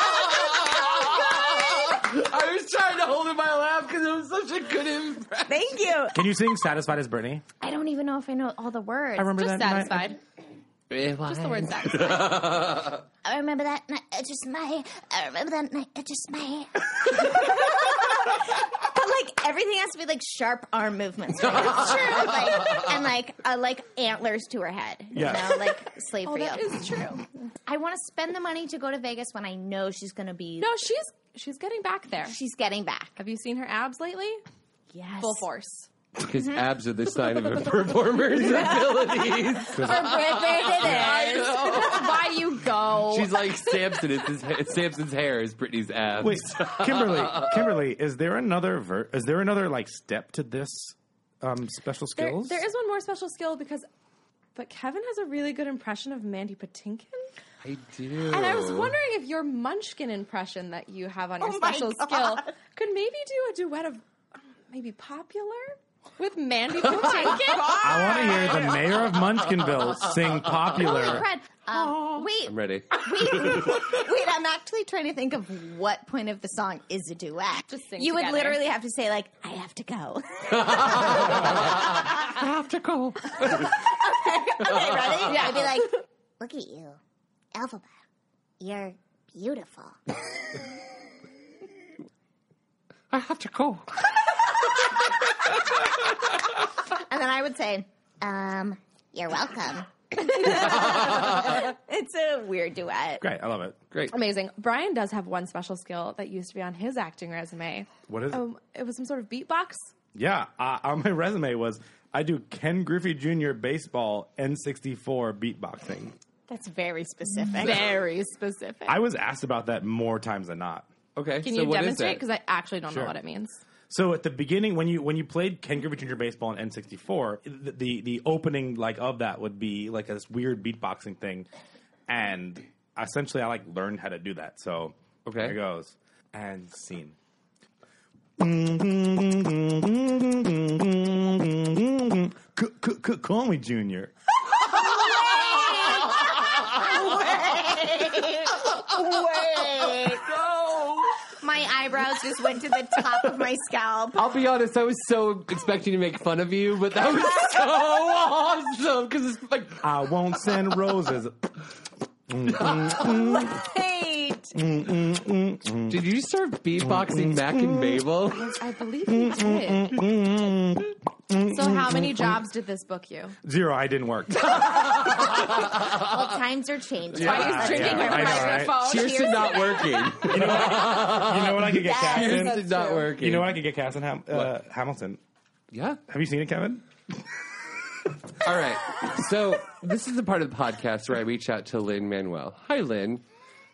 [SPEAKER 13] I was trying to hold in my laugh because it was such a good impression.
[SPEAKER 14] Thank you.
[SPEAKER 11] Can you sing Satisfied as Britney?
[SPEAKER 14] I don't even know if I know all the words.
[SPEAKER 11] I remember that.
[SPEAKER 3] Just
[SPEAKER 11] night-
[SPEAKER 3] satisfied.
[SPEAKER 13] Just
[SPEAKER 3] the word sex.
[SPEAKER 14] I remember that night. It's just my. I remember that night. It's just my. but like everything has to be like sharp arm movements, right? true. Like, and like uh, like antlers to her head.
[SPEAKER 11] Yeah.
[SPEAKER 14] You know, like slave
[SPEAKER 3] Oh,
[SPEAKER 14] for
[SPEAKER 3] that
[SPEAKER 14] you.
[SPEAKER 3] is true.
[SPEAKER 14] I want to spend the money to go to Vegas when I know she's going to be.
[SPEAKER 3] No, she's she's getting back there.
[SPEAKER 14] she's getting back.
[SPEAKER 3] Have you seen her abs lately?
[SPEAKER 14] Yes.
[SPEAKER 3] Full force.
[SPEAKER 13] Because
[SPEAKER 3] Mm-hmm.
[SPEAKER 13] abs are the sign of a performer's abilities.
[SPEAKER 14] For Britney it is.
[SPEAKER 3] That's Oh, why you go.
[SPEAKER 13] She's like Samson. It's his ha- Samson's hair is Britney's abs.
[SPEAKER 11] Wait, Kimberly, Kimberly, is there another ver- is there another like step to this um, special
[SPEAKER 3] There-
[SPEAKER 11] skills?
[SPEAKER 3] there is one more special skill because, but Kevin has a really good impression of Mandy Patinkin.
[SPEAKER 13] I do.
[SPEAKER 3] And I was wondering if your Munchkin impression that you have on your
[SPEAKER 14] Oh my
[SPEAKER 3] special skill could maybe do a duet of um, maybe popular with Mandy Patinkin.
[SPEAKER 11] I want to hear the mayor of Munchkinville sing
[SPEAKER 14] Holy
[SPEAKER 11] popular.
[SPEAKER 14] crud. Um, wait,
[SPEAKER 13] I'm ready.
[SPEAKER 14] wait, I'm actually trying to think of what point of the song is a duet. Just
[SPEAKER 3] sing
[SPEAKER 14] you would
[SPEAKER 3] together.
[SPEAKER 14] literally have to say, like, I have to go.
[SPEAKER 13] I have to go.
[SPEAKER 14] okay, ready?
[SPEAKER 3] Yeah.
[SPEAKER 14] I'd be like,
[SPEAKER 1] Look at you, Elphaba. You're beautiful.
[SPEAKER 13] I have to go.
[SPEAKER 14] and then I would say, um, you're welcome. it's a weird duet.
[SPEAKER 11] Great, I love it. Great.
[SPEAKER 3] Amazing. Brian does have one special skill that used to be on his acting resume.
[SPEAKER 11] What is it?
[SPEAKER 3] Um, it was some sort of beatbox.
[SPEAKER 11] Yeah, uh, on my resume was I do Ken Griffey Jr. baseball N64 beatboxing.
[SPEAKER 14] That's very specific.
[SPEAKER 3] Very specific.
[SPEAKER 11] I was asked about that more times than not.
[SPEAKER 13] Okay,
[SPEAKER 3] Can you demonstrate? Because I actually don't
[SPEAKER 11] Sure.
[SPEAKER 3] know what it means.
[SPEAKER 11] So at the beginning, when you when you played Ken Griffey Jr. baseball in N64, the, the the opening like of that would be like this weird beatboxing thing, and essentially I like learned how to do that. So okay, here goes and scene. C- c- c- Call me Junior.
[SPEAKER 14] Wait, no. My eyebrows just went to the top of my scalp.
[SPEAKER 13] I'll be honest, I was so expecting to make fun of you, but that was so awesome because it's like
[SPEAKER 11] I won't send roses.
[SPEAKER 14] Wait.
[SPEAKER 13] Did you start beatboxing Mac and Mabel?
[SPEAKER 3] I believe he did. So how many jobs did this book you?
[SPEAKER 11] Zero, I didn't work.
[SPEAKER 14] Well, times are changing.
[SPEAKER 11] Uh, Yeah, Why he's drinking Ah, yeah, from I know, right? microphone.
[SPEAKER 13] Cheers to not working.
[SPEAKER 11] You know what, you know what I could get
[SPEAKER 13] Yes,
[SPEAKER 11] cast in?
[SPEAKER 13] that's It's not true. working.
[SPEAKER 11] You know what I could get cast in? Ham- uh, Hamilton.
[SPEAKER 13] Yeah.
[SPEAKER 11] Have you seen it, Kevin?
[SPEAKER 13] All right. So this is the part of the podcast where I reach out to Lynn Manuel. Hi, Lynn.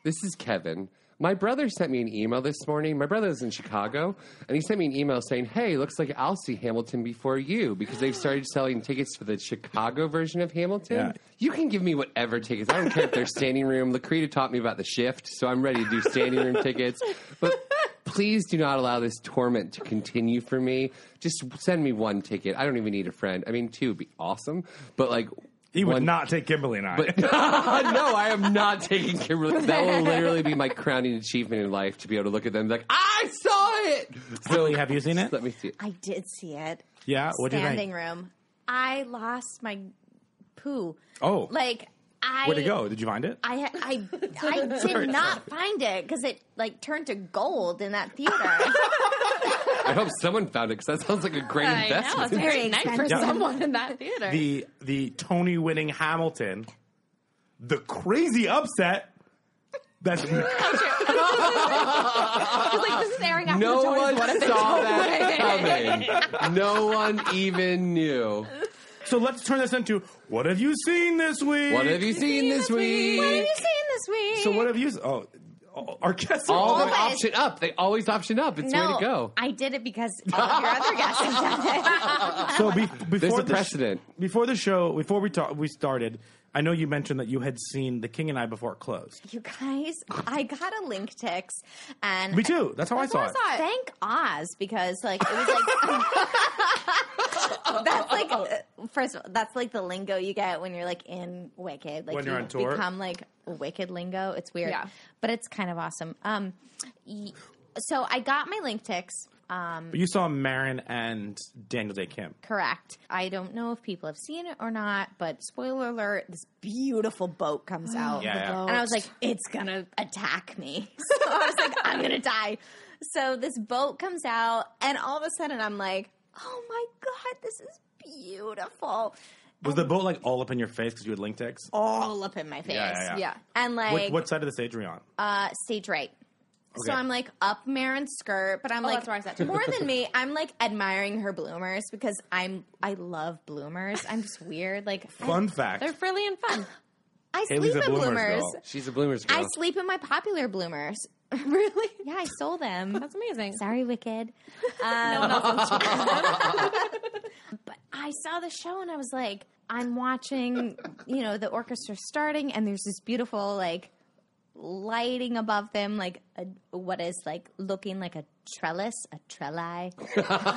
[SPEAKER 13] This is Kevin. My brother sent me an email this morning. My brother is in Chicago, and he sent me an email saying, "Hey, looks like I'll see Hamilton before you because they've started selling tickets for the Chicago version of Hamilton.
[SPEAKER 11] Yeah.
[SPEAKER 13] You can give me whatever tickets. I don't care if they're standing room. Lakrita taught me about the shift, so I'm ready to do standing room tickets. But please do not allow this torment to continue for me. Just send me one ticket. I don't even need a friend. I mean, two would be awesome, but like.
[SPEAKER 11] He would
[SPEAKER 13] one-
[SPEAKER 11] not take Kimberly and I.
[SPEAKER 13] But no, I am not taking Kimberly. That will literally be my crowning achievement in life to be able to look at them and be like, I saw it. So
[SPEAKER 11] have you seen it?
[SPEAKER 13] Let me see.
[SPEAKER 14] I did see it.
[SPEAKER 11] yeah, what do Uh, you
[SPEAKER 14] Standing
[SPEAKER 11] think?
[SPEAKER 14] room. I lost my poo.
[SPEAKER 11] Oh,
[SPEAKER 14] Like I.
[SPEAKER 11] where'd it go? Did you find it?
[SPEAKER 14] I I I did not find it because it like turned to gold in that theater.
[SPEAKER 13] I hope someone found it because that sounds like a great
[SPEAKER 3] I know it's
[SPEAKER 13] investment.
[SPEAKER 3] a great night for
[SPEAKER 11] Yeah.
[SPEAKER 3] someone in that theater.
[SPEAKER 11] The the Tony winning Hamilton, the crazy upset. That's
[SPEAKER 3] Because like this is airing after
[SPEAKER 13] No
[SPEAKER 3] the Tonys.
[SPEAKER 13] one
[SPEAKER 3] What if they
[SPEAKER 13] saw
[SPEAKER 3] don't
[SPEAKER 13] that
[SPEAKER 3] win?
[SPEAKER 13] coming. No one even knew.
[SPEAKER 11] so. Let's turn this into what have you seen this week?
[SPEAKER 13] What have you seen this
[SPEAKER 14] what have
[SPEAKER 13] week?
[SPEAKER 14] you seen this week?
[SPEAKER 11] So what have you? Oh, our guests are
[SPEAKER 13] All
[SPEAKER 11] all.
[SPEAKER 13] of them
[SPEAKER 14] Always.
[SPEAKER 13] option up. They always option up. It's
[SPEAKER 14] no,
[SPEAKER 13] way to go.
[SPEAKER 14] I did it because all of your other guests have done it.
[SPEAKER 11] So be,
[SPEAKER 13] There's
[SPEAKER 11] before
[SPEAKER 13] a
[SPEAKER 11] the sh-
[SPEAKER 13] precedent.
[SPEAKER 11] before the show, before we talk, we started. I know you mentioned that you had seen The King and I before it closed.
[SPEAKER 14] You guys, I got a link tix, and
[SPEAKER 11] Me too. That's how I saw it.
[SPEAKER 14] Thank Oz because like it was like that's like uh, first of all that's like the lingo you get when you're like in Wicked like
[SPEAKER 11] When you're
[SPEAKER 14] you
[SPEAKER 11] on tour.
[SPEAKER 14] become like Wicked lingo. It's weird,
[SPEAKER 3] Yeah.
[SPEAKER 14] but it's kind of awesome. Um, y- so I got my link ticks. Um,
[SPEAKER 11] But you saw Marin and Daniel Day Kim.
[SPEAKER 14] correct. I don't know if people have seen it or not, but spoiler alert: this beautiful boat comes out.
[SPEAKER 11] Oh, Yeah, yeah.
[SPEAKER 14] And I was like, it's gonna attack me. So I was like, I'm gonna die. So this boat comes out, and all of a sudden I'm like, oh my God, this is beautiful.
[SPEAKER 11] Was the boat like all up in your face because you had link ticks?
[SPEAKER 14] All up in my face.
[SPEAKER 11] Yeah, yeah,
[SPEAKER 3] Yeah.
[SPEAKER 14] And like,
[SPEAKER 11] What, what side of the stage were you on?
[SPEAKER 14] uh, stage right. So
[SPEAKER 11] Okay.
[SPEAKER 14] I'm like up Marin's skirt, but I'm
[SPEAKER 3] Oh,
[SPEAKER 14] like
[SPEAKER 3] that's where I sat too.
[SPEAKER 14] more than me. I'm like admiring her bloomers because I'm I love bloomers. I'm just weird. Like
[SPEAKER 11] Fun fact.
[SPEAKER 3] They're frilly and fun.
[SPEAKER 14] I, I
[SPEAKER 11] Haley's
[SPEAKER 14] sleep
[SPEAKER 11] a
[SPEAKER 14] in
[SPEAKER 11] bloomers
[SPEAKER 14] bloomers.
[SPEAKER 11] girl.
[SPEAKER 13] She's a bloomers girl.
[SPEAKER 14] I sleep in my popular bloomers.
[SPEAKER 3] really?
[SPEAKER 14] Yeah, I stole them.
[SPEAKER 3] That's amazing.
[SPEAKER 14] Sorry, Wicked. Um, but I saw the show and I was like, I'm watching, you know, the orchestra starting, and there's this beautiful like lighting above them, like a, what is like looking like a trellis, a trelli,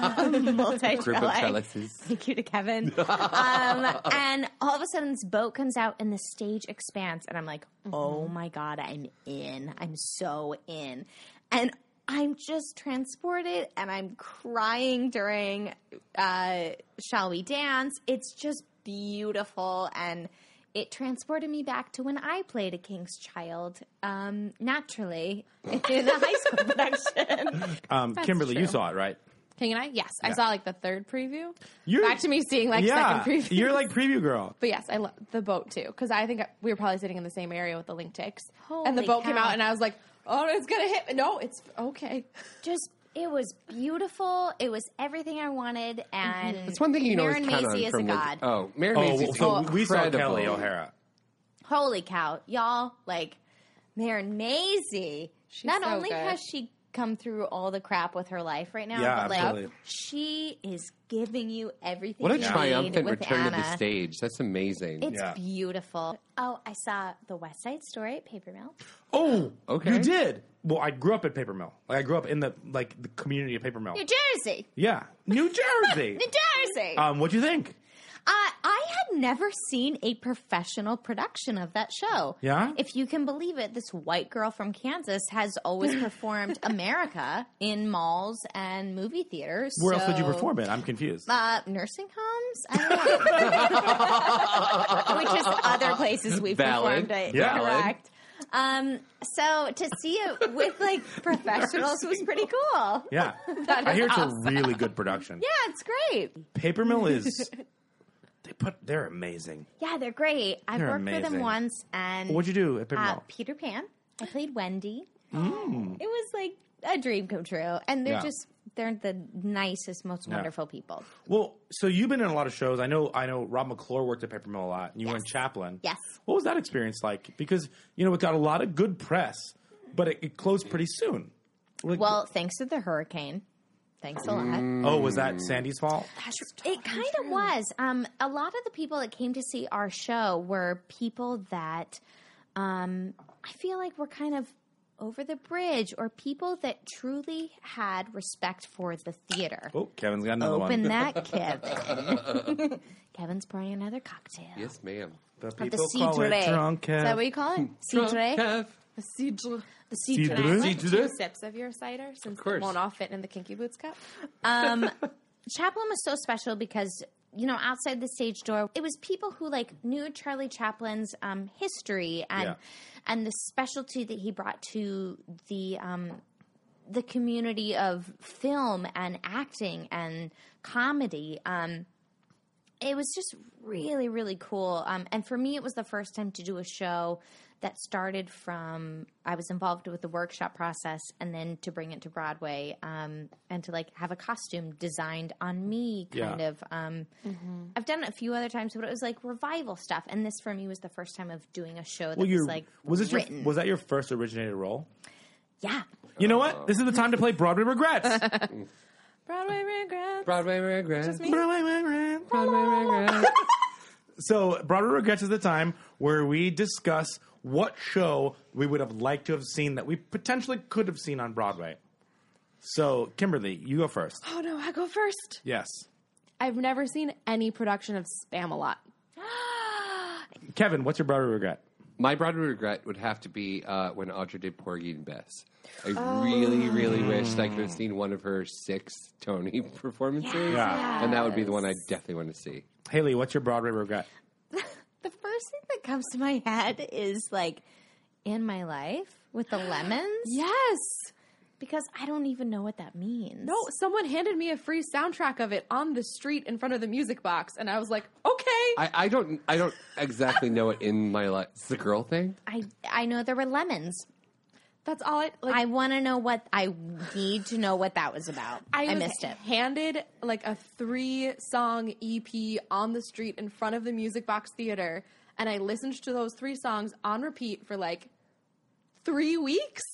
[SPEAKER 14] multi
[SPEAKER 13] Group of trellises.
[SPEAKER 14] Thank you to Kevin. um, and all of a sudden, this boat comes out and the stage expands, and I'm like, oh my god, I'm in. I'm so in, and I'm just transported, and I'm crying during uh, "Shall We Dance." It's just beautiful and it transported me back to when I played a King's Child, um, naturally, in a high school production.
[SPEAKER 11] Um,
[SPEAKER 3] That's
[SPEAKER 11] Kimberly, you
[SPEAKER 3] true.
[SPEAKER 11] saw it, right?
[SPEAKER 3] King and I? Yes. I
[SPEAKER 11] Yeah.
[SPEAKER 3] saw like the third preview.
[SPEAKER 11] You're-
[SPEAKER 3] Back to me seeing like
[SPEAKER 11] yeah,
[SPEAKER 3] second preview.
[SPEAKER 11] you're like preview girl.
[SPEAKER 3] But yes, I love the boat too because I think we were probably sitting in the same area with the link ticks, and the
[SPEAKER 14] Holy
[SPEAKER 3] boat came
[SPEAKER 14] cow.
[SPEAKER 3] out, and I was like, "Oh, it's gonna hit!" No, it's okay.
[SPEAKER 14] Just, it was beautiful. It was everything I wanted.
[SPEAKER 3] Mm-hmm.
[SPEAKER 14] And
[SPEAKER 13] It's one thing you know
[SPEAKER 14] Maren
[SPEAKER 13] is count
[SPEAKER 14] Macy
[SPEAKER 13] on
[SPEAKER 14] is
[SPEAKER 13] from
[SPEAKER 14] a
[SPEAKER 13] Lin-
[SPEAKER 14] god.
[SPEAKER 13] Oh, Maren
[SPEAKER 11] Oh,
[SPEAKER 13] Macy's
[SPEAKER 11] so
[SPEAKER 13] incredible.
[SPEAKER 11] we saw Kelly O'Hara.
[SPEAKER 14] Holy cow, y'all! Like Maren Maisie. not
[SPEAKER 3] so
[SPEAKER 14] only
[SPEAKER 3] good.
[SPEAKER 14] has she come through all the crap with her life right now,
[SPEAKER 13] Yeah,
[SPEAKER 14] but like
[SPEAKER 13] absolutely.
[SPEAKER 14] she is giving you everything.
[SPEAKER 13] What a
[SPEAKER 14] you
[SPEAKER 13] triumphant
[SPEAKER 14] need with
[SPEAKER 13] return
[SPEAKER 14] Anna.
[SPEAKER 13] to the stage. That's amazing.
[SPEAKER 14] It's beautiful. Oh, I saw the West Side Story at Paper Mill.
[SPEAKER 11] Oh, okay. You did. Well, I grew up at Paper Mill. Like I grew up in the like the community of Paper Mill.
[SPEAKER 14] New Jersey.
[SPEAKER 11] Yeah, New Jersey.
[SPEAKER 14] New Jersey.
[SPEAKER 11] um, what'd you think?
[SPEAKER 14] Uh, I had never seen a professional production of that show.
[SPEAKER 11] Yeah?
[SPEAKER 14] If you can believe it, this white girl from Kansas has always performed America in malls and movie theaters.
[SPEAKER 11] Where else would you
[SPEAKER 14] so-
[SPEAKER 11] perform it? I'm confused.
[SPEAKER 14] Uh, nursing homes, I don't know. which is other places we've
[SPEAKER 11] Valid.
[SPEAKER 14] performed it.
[SPEAKER 11] Yeah.
[SPEAKER 14] Correct. Um, so to see it with like professionals was pretty cool.
[SPEAKER 11] Yeah,
[SPEAKER 14] That
[SPEAKER 11] I
[SPEAKER 14] is
[SPEAKER 11] hear
[SPEAKER 14] awesome.
[SPEAKER 11] it's a really good production.
[SPEAKER 14] Yeah, it's great.
[SPEAKER 11] Paper Mill is. They put. They're amazing.
[SPEAKER 14] Yeah, they're great. I've
[SPEAKER 11] They're
[SPEAKER 14] worked for
[SPEAKER 11] amazing.
[SPEAKER 14] them once, and
[SPEAKER 11] What'd you do at Paper
[SPEAKER 14] uh,
[SPEAKER 11] Mill?
[SPEAKER 14] Peter Pan. I played Wendy.
[SPEAKER 11] Mm.
[SPEAKER 14] It was like a dream come true, and they're
[SPEAKER 11] Yeah.
[SPEAKER 14] just they're the nicest, most
[SPEAKER 11] Yeah.
[SPEAKER 14] wonderful people.
[SPEAKER 11] Well, so you've been in a lot of shows. I know. I know. Rob McClure worked at Paper Mill a lot, and you were in Chaplin.
[SPEAKER 14] Yes.
[SPEAKER 11] What was that experience like? Because you know it got a lot of good press, but it, it closed pretty soon. Like-
[SPEAKER 14] Well, thanks to the hurricane, thanks a lot.
[SPEAKER 11] Oh, was that Sandy's fault?
[SPEAKER 14] It kind of was. Um, a lot of the people that came to see our show were people that um, I feel like were kind of over the bridge or people that truly had respect for the theater.
[SPEAKER 11] Oh, Kevin's got another one.
[SPEAKER 14] Open that, Kevin. Kevin's pouring another cocktail.
[SPEAKER 13] Yes, ma'am.
[SPEAKER 11] The
[SPEAKER 14] Of the cidre. Is that what you call it?
[SPEAKER 13] Drunk
[SPEAKER 14] Cidre?
[SPEAKER 13] Kev.
[SPEAKER 3] The cidre.
[SPEAKER 14] The
[SPEAKER 13] Cidre?
[SPEAKER 3] Can I have
[SPEAKER 13] Cidre?
[SPEAKER 3] Two sips of your cider since it
[SPEAKER 14] course.
[SPEAKER 3] won't all fit in the Kinky Boots cup.
[SPEAKER 14] Um, Chaplin was so special because you know outside the stage door it was people who like knew Charlie Chaplin's um, history and
[SPEAKER 4] Yeah.
[SPEAKER 14] and the specialty that he brought to the um, the community of film and acting and comedy. Um, it was just really really cool um, and for me it was the first time to do a show that started from i was involved with the workshop process and then to bring it to broadway um, and to like have a costume designed on me kind
[SPEAKER 4] Yeah.
[SPEAKER 14] of um, i've done it a few other times but it was like revival stuff and this for me was the first time of doing a show that
[SPEAKER 11] Well,
[SPEAKER 14] was
[SPEAKER 11] you're.
[SPEAKER 14] like
[SPEAKER 11] was this
[SPEAKER 14] written
[SPEAKER 11] your? Was that your first originated role?
[SPEAKER 14] yeah
[SPEAKER 11] You know what? This is the time to play Broadway regrets.
[SPEAKER 3] Broadway regrets.
[SPEAKER 13] Broadway regrets.
[SPEAKER 3] Just me.
[SPEAKER 11] Broadway regrets. Broadway regrets. So, Broadway Regrets is the time where we discuss what show we would have liked to have seen that we potentially could have seen on Broadway. So, Kimberly, you go first.
[SPEAKER 3] Oh no, I go first.
[SPEAKER 11] Yes.
[SPEAKER 3] I've never seen any production of Spamalot.
[SPEAKER 11] Kevin, what's your Broadway regret?
[SPEAKER 13] My Broadway regret would have to be uh, when Audra did Porgy and Bess. I really, really
[SPEAKER 11] Oh.
[SPEAKER 13] wish I could have seen one of her six Tony performances,
[SPEAKER 11] Yeah.
[SPEAKER 13] and that would be the one I definitely want to see.
[SPEAKER 11] Haley, what's your Broadway regret?
[SPEAKER 14] the first thing that comes to my head is like in my life with the lemons
[SPEAKER 3] yes
[SPEAKER 14] because i don't even know what that means
[SPEAKER 3] No, someone handed me a free soundtrack of it on the street in front of the music box, and I was like, okay.
[SPEAKER 13] I, I don't, I don't exactly know it in my life. It's the girl thing.
[SPEAKER 14] I I know there were lemons.
[SPEAKER 3] That's all it. Like,
[SPEAKER 14] I want to know what I need to know what that was about. I,
[SPEAKER 3] was
[SPEAKER 14] missed it.
[SPEAKER 3] Handed like a three song EP on the street in front of the music box theater, and I listened to those three songs on repeat for like three weeks.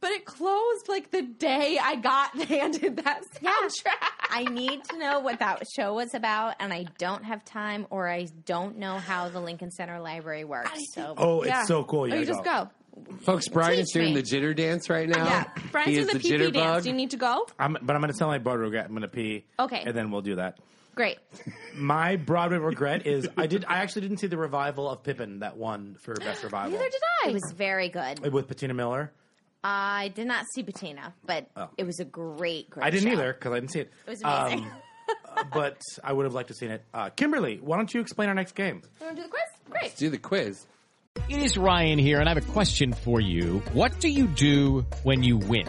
[SPEAKER 3] But it closed like the day I got handed that soundtrack.
[SPEAKER 14] I need to know what that show was about, and I don't have time, or I don't know how the Lincoln Center Library works. So,
[SPEAKER 11] Oh, it's so cool.
[SPEAKER 3] Or
[SPEAKER 11] Yeah,
[SPEAKER 3] you just
[SPEAKER 11] go.
[SPEAKER 3] go.
[SPEAKER 13] Folks, Brian is
[SPEAKER 3] Teach
[SPEAKER 13] doing
[SPEAKER 3] me.
[SPEAKER 13] the jitter dance right now.
[SPEAKER 3] Yeah, Brian's
[SPEAKER 13] he
[SPEAKER 3] doing
[SPEAKER 13] is
[SPEAKER 3] the,
[SPEAKER 13] the,
[SPEAKER 3] pee pee dance.
[SPEAKER 13] jitterbug.
[SPEAKER 3] Do you need to go?
[SPEAKER 11] I'm, but I'm going to sound like Broadway regret. I'm going to pee.
[SPEAKER 3] Okay.
[SPEAKER 11] And then we'll do that.
[SPEAKER 3] Great.
[SPEAKER 11] My Broadway regret is I did. I actually didn't see the revival of Pippin that won for best revival
[SPEAKER 14] Neither did I. It was very good.
[SPEAKER 11] with Patina Miller.
[SPEAKER 14] I did not see Bettina, but
[SPEAKER 11] Oh.
[SPEAKER 14] it was a great, great.
[SPEAKER 11] I didn't
[SPEAKER 14] show.
[SPEAKER 11] either because I didn't see it.
[SPEAKER 14] It was amazing.
[SPEAKER 11] Um, but I would have liked to have seen it. Uh, Kimberly, why don't you explain our next game?
[SPEAKER 3] You want to do the quiz? Great.
[SPEAKER 13] do the quiz.
[SPEAKER 4] It is Ryan here, and I have a question for you. What do you do when you win?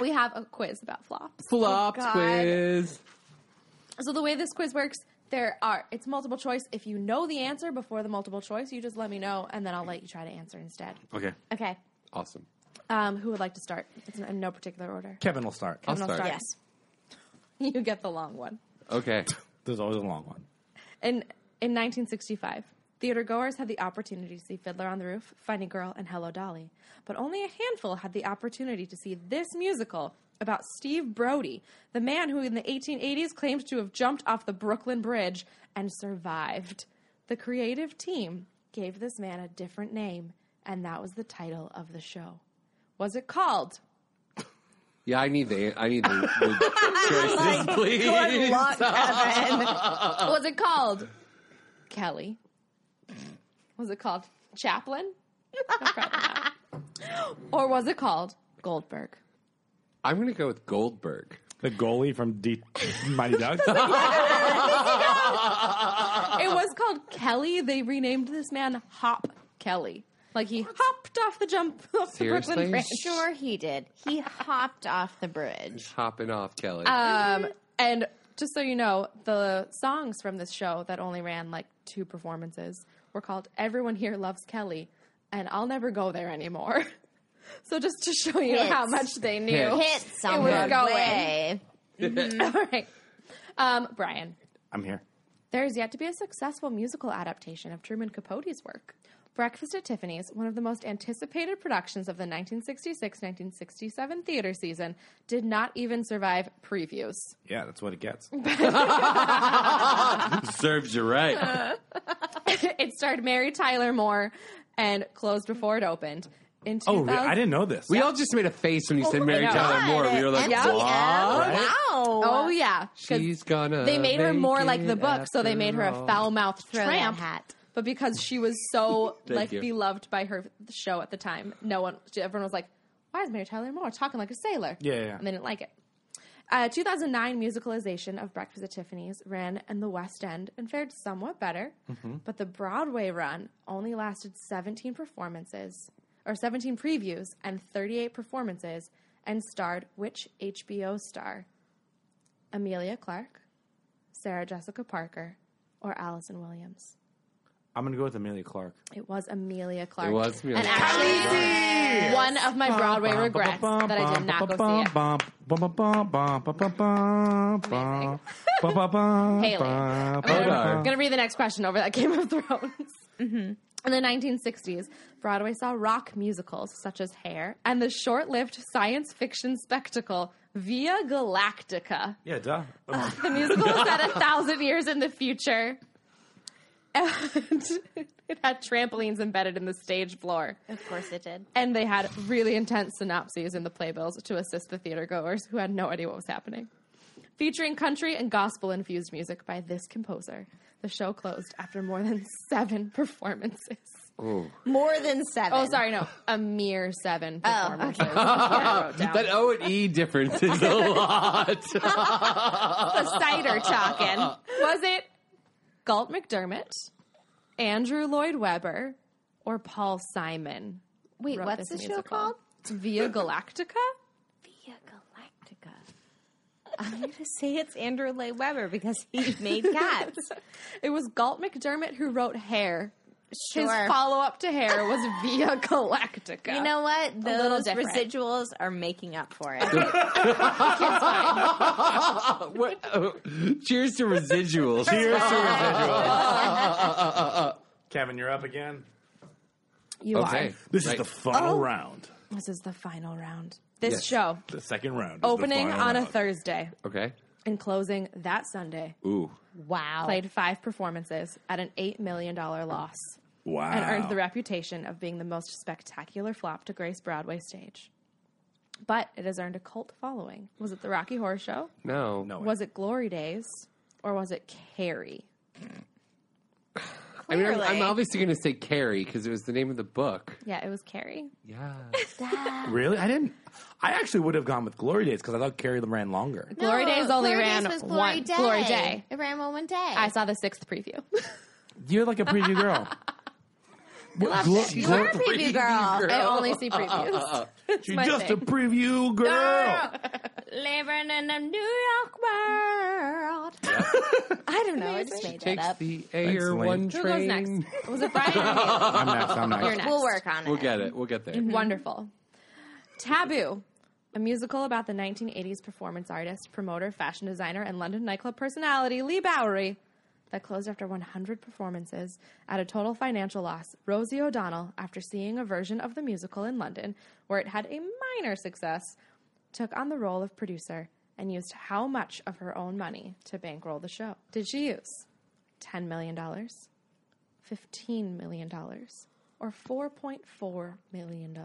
[SPEAKER 3] We have a quiz about flops.
[SPEAKER 13] Flop
[SPEAKER 3] Oh, God.
[SPEAKER 13] quiz.
[SPEAKER 3] So the way this quiz works, there are it's multiple choice. If you know the answer before the multiple choice, you just let me know, and then I'll let you try to answer instead.
[SPEAKER 13] Okay.
[SPEAKER 3] Okay.
[SPEAKER 13] Awesome.
[SPEAKER 3] Um, who would like to start? It's in no particular order.
[SPEAKER 11] Kevin will start.
[SPEAKER 3] Kevin will Yes. You get the long one.
[SPEAKER 13] Okay.
[SPEAKER 11] There's always a long one.
[SPEAKER 3] In in 1965, theater goers had the opportunity to see Fiddler on the Roof, Funny Girl, and Hello Dolly, but only a handful had the opportunity to see this musical about Steve Brody, the man who in the 1880s claimed to have jumped off the Brooklyn Bridge and survived. The creative team gave this man a different name, and that was the title of the show. Was it called?
[SPEAKER 13] Yeah, I need the I need the, the choices, please.
[SPEAKER 3] was it called Kelly? Was it called Chaplin? No, probably not. or was it called Goldberg?
[SPEAKER 13] I'm going to go with Goldberg.
[SPEAKER 11] The goalie from D- Mighty Ducks.
[SPEAKER 3] It was called Kelly. They renamed this man Hop Kelly. Like he hopped off the jump off the
[SPEAKER 13] Seriously?
[SPEAKER 3] Brooklyn Bridge.
[SPEAKER 14] Sure, he did. He hopped off the bridge.
[SPEAKER 13] Hopping off, Kelly.
[SPEAKER 3] Um, and just so you know, the songs from this show that only ran like two performances were called "Everyone Here Loves Kelly" and "I'll Never Go There Anymore." so just to show you how
[SPEAKER 14] Hits.
[SPEAKER 3] much they knew,
[SPEAKER 14] Hits. Hits on
[SPEAKER 3] it was
[SPEAKER 14] Broadway.
[SPEAKER 3] going. Mhm. All right, um, Brian.
[SPEAKER 11] I'm here.
[SPEAKER 3] There is yet to be a successful musical adaptation of Truman Capote's work. Breakfast at Tiffany's, one of the most anticipated productions of the 1966 1967 theater season, did not even survive previews.
[SPEAKER 11] Yeah, that's what it gets.
[SPEAKER 13] Serves you right.
[SPEAKER 3] uh, it starred Mary Tyler Moore and closed before it opened. In
[SPEAKER 13] Oh,
[SPEAKER 3] 2000,
[SPEAKER 11] know this.
[SPEAKER 13] We all just made a face when you said
[SPEAKER 3] Oh
[SPEAKER 13] Mary
[SPEAKER 3] my
[SPEAKER 13] Tyler
[SPEAKER 3] God.
[SPEAKER 13] Moore. We were like,
[SPEAKER 3] Yeah.
[SPEAKER 13] what?
[SPEAKER 3] Wow. Oh yeah, 'Cause
[SPEAKER 13] She's gonna.
[SPEAKER 3] they made her more
[SPEAKER 13] make
[SPEAKER 3] like the
[SPEAKER 13] it
[SPEAKER 3] book, so they
[SPEAKER 13] after
[SPEAKER 3] made her a
[SPEAKER 13] all.
[SPEAKER 3] foul-mouthed
[SPEAKER 14] Throw that
[SPEAKER 3] tramp.
[SPEAKER 14] hat.
[SPEAKER 3] But because she was so
[SPEAKER 13] Thank
[SPEAKER 3] like
[SPEAKER 13] you.
[SPEAKER 3] beloved by her show at the time, no one, everyone was like, "Why is Mary Tyler Moore talking like a sailor?"
[SPEAKER 11] Yeah, yeah, yeah.
[SPEAKER 3] and they didn't like it. Uh, A 2009 musicalization of Breakfast at Tiffany's ran in the West End and fared somewhat better,
[SPEAKER 11] Mm-hmm.
[SPEAKER 3] but the Broadway run only lasted 17 performances, or 17 previews and 38 performances, and starred which HBO star? Amelia Clark, Sarah Jessica Parker, or Allison Williams?
[SPEAKER 11] I'm going to go with Amelia Clark.
[SPEAKER 3] It was Amelia Clark.
[SPEAKER 11] It was Amelia
[SPEAKER 3] and
[SPEAKER 11] Clark.
[SPEAKER 3] actually one of my Broadway regrets that I did not go see it. Haley. I'm gonna,
[SPEAKER 11] Haley.
[SPEAKER 3] gonna read the next question over that Game of Thrones. Mm-hmm. In the 1960s, Broadway saw rock musicals such as Hair and the short-lived science fiction spectacle Via Galactica.
[SPEAKER 11] Yeah, duh.
[SPEAKER 3] The musical was set a thousand years in the future. And it had trampolines embedded in the stage floor.
[SPEAKER 14] Of course, it did.
[SPEAKER 3] And they had really intense synopses in the playbills to assist the theater goers who had no idea what was happening. featuring country and gospel infused music by this composer. The show closed after more than seven performances.
[SPEAKER 13] Ooh.
[SPEAKER 14] More than seven.
[SPEAKER 3] Oh, sorry, no, a mere seven
[SPEAKER 14] Oh,
[SPEAKER 3] performances.
[SPEAKER 13] that O and E difference is a lot.
[SPEAKER 3] the cider talking. Was it Galt McDermott, Andrew Lloyd Webber, or Paul Simon?
[SPEAKER 14] Wait,
[SPEAKER 3] wrote
[SPEAKER 14] what's
[SPEAKER 3] this
[SPEAKER 14] the show
[SPEAKER 3] musical?
[SPEAKER 14] called?
[SPEAKER 3] It's Via Galactica.
[SPEAKER 14] Via Galactica. I'm going to say it's Andrew Lloyd Webber because he made cats.
[SPEAKER 3] It was Galt McDermott who wrote Hair.
[SPEAKER 14] Sure.
[SPEAKER 3] His follow up to Hair was Via Galactica.
[SPEAKER 14] You know what?
[SPEAKER 3] A little
[SPEAKER 14] Those
[SPEAKER 3] different.
[SPEAKER 14] residuals are making up for it.
[SPEAKER 13] What- oh, cheers to residuals.
[SPEAKER 11] Cheers to
[SPEAKER 13] residuals.
[SPEAKER 11] Kevin, you're up again.
[SPEAKER 3] You are.
[SPEAKER 11] This is
[SPEAKER 13] Right.
[SPEAKER 11] the final
[SPEAKER 3] Oh.
[SPEAKER 11] round.
[SPEAKER 3] This is the final round. This
[SPEAKER 13] Yes.
[SPEAKER 3] show
[SPEAKER 11] The second round. is the
[SPEAKER 3] opening
[SPEAKER 11] final
[SPEAKER 3] on a
[SPEAKER 11] round.
[SPEAKER 3] Thursday
[SPEAKER 13] Okay.
[SPEAKER 3] and closing that Sunday.
[SPEAKER 13] Ooh.
[SPEAKER 14] Wow.
[SPEAKER 3] Played five performances at an eight million dollar loss.
[SPEAKER 11] Wow.
[SPEAKER 3] And earned the reputation of being the most spectacular flop to grace Broadway stage. But it has earned a cult following. Was it the Rocky Horror Show?
[SPEAKER 13] No. No.
[SPEAKER 3] Was it Glory Days? Or was it Carrie?
[SPEAKER 13] I mean, I'm, I'm
[SPEAKER 3] Clearly.
[SPEAKER 13] obviously going to say Carrie because it was the name of the book.
[SPEAKER 3] Yeah, it was Carrie.
[SPEAKER 13] Yeah.
[SPEAKER 11] Really? I didn't. I actually would have gone with Glory Days because I thought Carrie ran longer.
[SPEAKER 3] Glory Days only
[SPEAKER 14] Glory
[SPEAKER 3] ran
[SPEAKER 14] Days was Glory
[SPEAKER 3] one
[SPEAKER 14] Day.
[SPEAKER 3] Glory Day.
[SPEAKER 14] It ran one, one day.
[SPEAKER 3] I saw the sixth preview.
[SPEAKER 11] You're like a preview girl.
[SPEAKER 3] loved
[SPEAKER 11] Glo-
[SPEAKER 3] it. You
[SPEAKER 11] Glo-
[SPEAKER 3] were a preview girl. I Oh. only see previews. It's
[SPEAKER 11] She's
[SPEAKER 3] my
[SPEAKER 11] just
[SPEAKER 3] thing.
[SPEAKER 11] a preview girl.
[SPEAKER 14] Living in a New York world. I don't know. I just made that
[SPEAKER 13] Takes
[SPEAKER 14] up.
[SPEAKER 13] the air
[SPEAKER 11] Lane.
[SPEAKER 13] one
[SPEAKER 3] Who goes
[SPEAKER 13] train.
[SPEAKER 3] next? Was it Brian? or you?
[SPEAKER 11] I'm next. I'm next.
[SPEAKER 3] You're next.
[SPEAKER 14] We'll work on it.
[SPEAKER 13] We'll get it. We'll get there.
[SPEAKER 3] Wonderful. Taboo, a musical about the 1980s performance artist, promoter, fashion designer, and London nightclub personality Lee Bowery that closed after 100 performances at a total financial loss. Rosie O'Donnell, after seeing a version of the musical in London where it had a minor success, took on the role of producer and used how much of her own money to bankroll the show? Did she use $10 million, $15 million, or $4.4 million?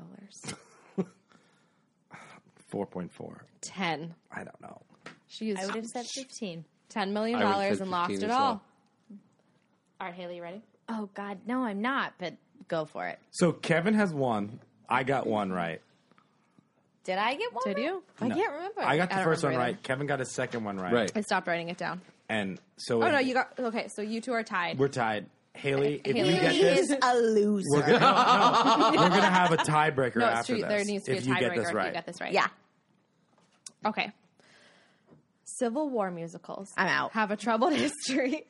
[SPEAKER 11] Four point four.
[SPEAKER 3] 10.
[SPEAKER 11] I don't know.
[SPEAKER 3] She used
[SPEAKER 14] I would have said 15.
[SPEAKER 3] $10 million
[SPEAKER 13] I would've said
[SPEAKER 3] and lost
[SPEAKER 13] 15
[SPEAKER 3] it
[SPEAKER 13] as
[SPEAKER 3] all.
[SPEAKER 13] well.
[SPEAKER 3] All right, Haley, you ready?
[SPEAKER 14] Oh, God. No, I'm not, but go for it.
[SPEAKER 11] So Kevin has one. I got one right.
[SPEAKER 14] Did I get one?
[SPEAKER 3] Did you?
[SPEAKER 14] I
[SPEAKER 11] No.
[SPEAKER 14] can't remember.
[SPEAKER 11] I got
[SPEAKER 3] I
[SPEAKER 11] the
[SPEAKER 3] don't
[SPEAKER 11] first one
[SPEAKER 3] remember
[SPEAKER 11] right. Kevin got his second one right.
[SPEAKER 13] Right.
[SPEAKER 3] I stopped writing it down.
[SPEAKER 11] And so
[SPEAKER 3] Oh, no, you got. Okay, so you two are tied.
[SPEAKER 11] we're tied. Haley, if
[SPEAKER 3] Haley
[SPEAKER 11] you get
[SPEAKER 3] is
[SPEAKER 11] this,
[SPEAKER 14] a loser.
[SPEAKER 11] we're gonna, no, no. we're gonna have a tiebreaker
[SPEAKER 3] no, it's
[SPEAKER 11] after
[SPEAKER 3] true.
[SPEAKER 11] this.
[SPEAKER 3] There needs to be a
[SPEAKER 11] if you get
[SPEAKER 3] tiebreaker
[SPEAKER 11] this
[SPEAKER 3] if
[SPEAKER 11] right,
[SPEAKER 3] you get this right.
[SPEAKER 14] Yeah.
[SPEAKER 3] Okay. Civil War musicals
[SPEAKER 14] I'm out.
[SPEAKER 3] have a troubled history,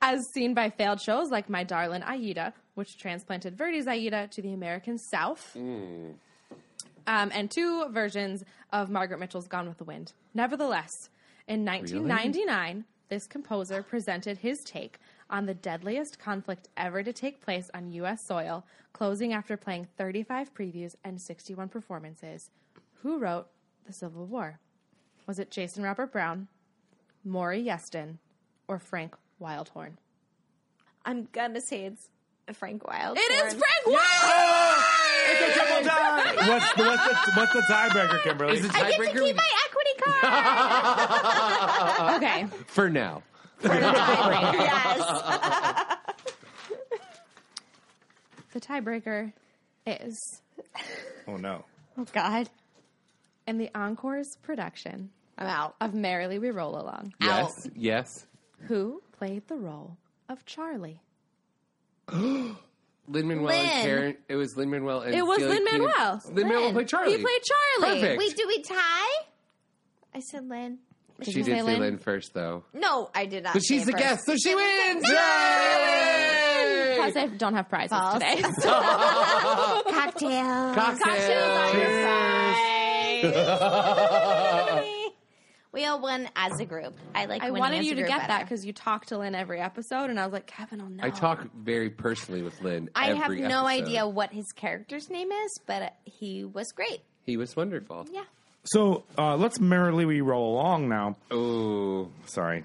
[SPEAKER 3] as seen by failed shows like My Darlin' Aida, which transplanted Verdi's Aida to the American South,
[SPEAKER 11] Hmm.
[SPEAKER 3] um, and two versions of Margaret Mitchell's Gone with the Wind. Nevertheless, in 1999, this composer presented his take on the deadliest conflict ever to take place on U.S. soil, closing after playing 35 previews and 61 performances. Who wrote The Civil War? Was it Jason Robert Brown, Maury Yeston, or Frank Wildhorn?
[SPEAKER 14] I'm going to say it's Frank Wilde.
[SPEAKER 3] It is Frank
[SPEAKER 11] It's a triple tie. what's, the, what's, the, what's the tiebreaker, Kimberly?
[SPEAKER 13] Is it
[SPEAKER 14] I get to
[SPEAKER 13] tiebreaker
[SPEAKER 14] keep my equity card.
[SPEAKER 3] Wildhorn. Okay.
[SPEAKER 13] for now?
[SPEAKER 14] yes.
[SPEAKER 3] The tiebreaker is
[SPEAKER 11] oh no.
[SPEAKER 14] Oh, God.
[SPEAKER 3] in the Encore's production
[SPEAKER 14] I'm out.
[SPEAKER 3] of Merrily We Roll Along.
[SPEAKER 13] Yes. Yes.
[SPEAKER 3] Who played the role of Charlie?
[SPEAKER 13] Lin Manuel and
[SPEAKER 14] Lin.
[SPEAKER 13] Karen. It was Lin Manuel and
[SPEAKER 3] It was
[SPEAKER 13] Gillian
[SPEAKER 3] Lin-Manuel.
[SPEAKER 13] Lin Manuel
[SPEAKER 14] Lin.
[SPEAKER 13] played Charlie.
[SPEAKER 3] He played Charlie.
[SPEAKER 13] Perfect.
[SPEAKER 14] Wait, do we tie? I said Lynn.
[SPEAKER 13] She
[SPEAKER 3] you
[SPEAKER 13] did
[SPEAKER 3] say
[SPEAKER 13] say
[SPEAKER 3] Lin?
[SPEAKER 13] Lin? first though,
[SPEAKER 14] No, I did not.
[SPEAKER 13] but she's
[SPEAKER 14] say
[SPEAKER 13] the
[SPEAKER 14] first.
[SPEAKER 13] guest, so she wins.
[SPEAKER 3] Plus, I don't have prizes
[SPEAKER 14] False.
[SPEAKER 3] today.
[SPEAKER 14] Cocktail. we all won as a group. I like.
[SPEAKER 3] I
[SPEAKER 14] winning
[SPEAKER 3] wanted
[SPEAKER 14] as a
[SPEAKER 3] you to
[SPEAKER 14] group
[SPEAKER 3] get that
[SPEAKER 14] better.
[SPEAKER 3] because you talk to Lynn every episode, and I was like, Kevin, I'll know.
[SPEAKER 13] I talk very personally with Lynn.
[SPEAKER 14] I have
[SPEAKER 13] every
[SPEAKER 14] no
[SPEAKER 13] episode.
[SPEAKER 14] idea what his character's name is, but uh, he was great.
[SPEAKER 13] He was wonderful.
[SPEAKER 14] Yeah.
[SPEAKER 11] So uh, let's merrily we roll along now.
[SPEAKER 13] Ooh.
[SPEAKER 11] Sorry.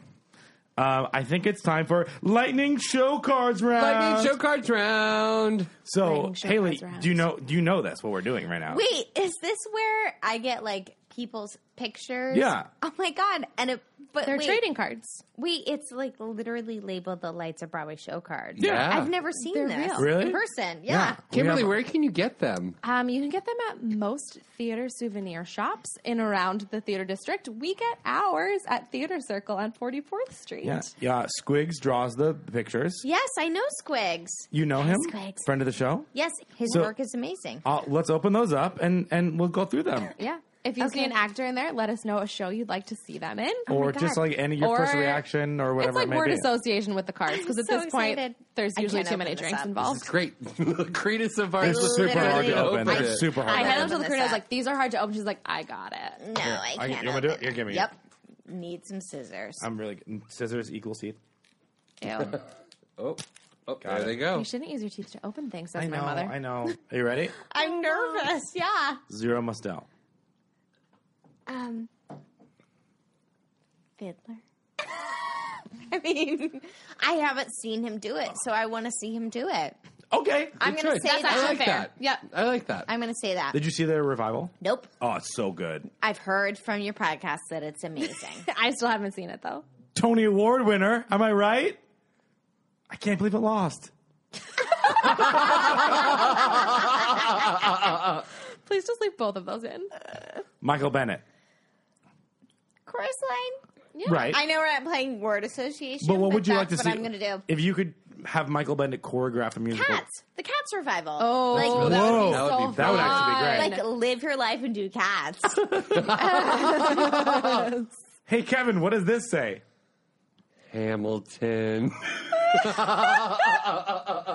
[SPEAKER 11] Uh, I think it's time for lightning show cards round.
[SPEAKER 13] Lightning show cards round.
[SPEAKER 11] So
[SPEAKER 3] Lightning show
[SPEAKER 11] Haley,
[SPEAKER 3] cards round.
[SPEAKER 11] do you know do you know this what we're doing right now?
[SPEAKER 14] Wait, is this where I get like people's pictures.
[SPEAKER 11] Yeah.
[SPEAKER 14] Oh my god! And it, but
[SPEAKER 3] They're
[SPEAKER 14] wait,
[SPEAKER 3] trading cards.
[SPEAKER 14] Wait, it's like literally labeled the Lights of Broadway show card.
[SPEAKER 13] Yeah.
[SPEAKER 14] I've never seen
[SPEAKER 3] They're
[SPEAKER 14] this
[SPEAKER 3] real.
[SPEAKER 13] Really?
[SPEAKER 14] in person. Yeah.
[SPEAKER 13] Kimberly, where can you get them?
[SPEAKER 3] Um, you can get them at most theater souvenir shops in around the theater district. We get ours at Theater Circle on 44th Street.
[SPEAKER 11] Yeah. Yeah. Squigs draws the pictures.
[SPEAKER 14] Yes, I know Squigs.
[SPEAKER 11] You know him?
[SPEAKER 14] Squigs.
[SPEAKER 11] Friend of the show?
[SPEAKER 14] Yes, his
[SPEAKER 11] So-
[SPEAKER 14] work is amazing.
[SPEAKER 11] Uh, let's open those up and, and we'll go through them.
[SPEAKER 3] Yeah. If you see
[SPEAKER 14] Okay.
[SPEAKER 3] an actor in there, let us know a show you'd like to see them in.
[SPEAKER 11] or just like any your first
[SPEAKER 3] Oh Or-
[SPEAKER 11] reaction or whatever
[SPEAKER 3] It's like
[SPEAKER 11] it may
[SPEAKER 3] word
[SPEAKER 11] be.
[SPEAKER 3] association with the cards because at
[SPEAKER 14] I'm so
[SPEAKER 3] this point
[SPEAKER 14] excited.
[SPEAKER 3] there's
[SPEAKER 14] I
[SPEAKER 3] usually
[SPEAKER 14] can't
[SPEAKER 3] too many
[SPEAKER 14] open this
[SPEAKER 3] drinks
[SPEAKER 14] up.
[SPEAKER 3] involved.
[SPEAKER 13] Great. Credence of ours
[SPEAKER 11] It's
[SPEAKER 13] was
[SPEAKER 11] super hard
[SPEAKER 13] literally
[SPEAKER 11] to open.
[SPEAKER 13] open
[SPEAKER 11] It's
[SPEAKER 13] it.
[SPEAKER 11] super hard.
[SPEAKER 3] I
[SPEAKER 11] to
[SPEAKER 3] had
[SPEAKER 11] open.
[SPEAKER 3] them to the
[SPEAKER 14] this
[SPEAKER 3] creator. I was
[SPEAKER 14] up.
[SPEAKER 3] like, "These are hard to open." She's like, "I got it."
[SPEAKER 14] No,
[SPEAKER 11] Yeah.
[SPEAKER 14] I
[SPEAKER 11] I-
[SPEAKER 14] can't.
[SPEAKER 11] you wanna do it?
[SPEAKER 14] open
[SPEAKER 11] Here, give me it.
[SPEAKER 14] Yep. Need some scissors.
[SPEAKER 11] I'm really good. Scissors equals teeth.
[SPEAKER 3] Ew.
[SPEAKER 13] Oh, oh there they go.
[SPEAKER 3] You shouldn't use your teeth to open things. Says
[SPEAKER 11] I know.
[SPEAKER 3] my mother.
[SPEAKER 11] I know. Are you ready?
[SPEAKER 14] I'm nervous. Yeah.
[SPEAKER 11] Zero Mostel.
[SPEAKER 14] Um, Fiddler. I mean, I haven't seen him do it, so I want to see him do it.
[SPEAKER 11] Okay.
[SPEAKER 14] I'm
[SPEAKER 13] Good
[SPEAKER 14] gonna
[SPEAKER 13] choice.
[SPEAKER 14] say
[SPEAKER 13] I
[SPEAKER 14] that's
[SPEAKER 13] like
[SPEAKER 14] unfair.
[SPEAKER 13] that.
[SPEAKER 3] Yep.
[SPEAKER 13] I like that.
[SPEAKER 14] I'm going to say that.
[SPEAKER 11] Did you see their revival?
[SPEAKER 14] nope.
[SPEAKER 11] Oh, it's so good.
[SPEAKER 14] I've heard from your podcast that it's amazing.
[SPEAKER 3] I still haven't seen it though.
[SPEAKER 11] Tony Award winner. Am I right? I can't believe it lost.
[SPEAKER 3] Please just leave both of those in.
[SPEAKER 11] Michael Bennett.
[SPEAKER 14] Chorus line.
[SPEAKER 3] Yeah.
[SPEAKER 11] Right.
[SPEAKER 14] I know we're not playing word association,
[SPEAKER 11] but what would you like
[SPEAKER 14] that's
[SPEAKER 11] to
[SPEAKER 14] what
[SPEAKER 11] see?
[SPEAKER 14] I'm going to do.
[SPEAKER 11] If you could have Michael Bennett choreograph a musical.
[SPEAKER 14] Cats. The Cats revival.
[SPEAKER 3] Oh,
[SPEAKER 14] Like,
[SPEAKER 3] that
[SPEAKER 11] Whoa.
[SPEAKER 3] would be
[SPEAKER 11] That
[SPEAKER 3] so
[SPEAKER 11] would be- that would actually be great.
[SPEAKER 3] fun.
[SPEAKER 14] like Oh. live your life and do cats.
[SPEAKER 11] Hey, Kevin, what does this say?
[SPEAKER 13] Hamilton.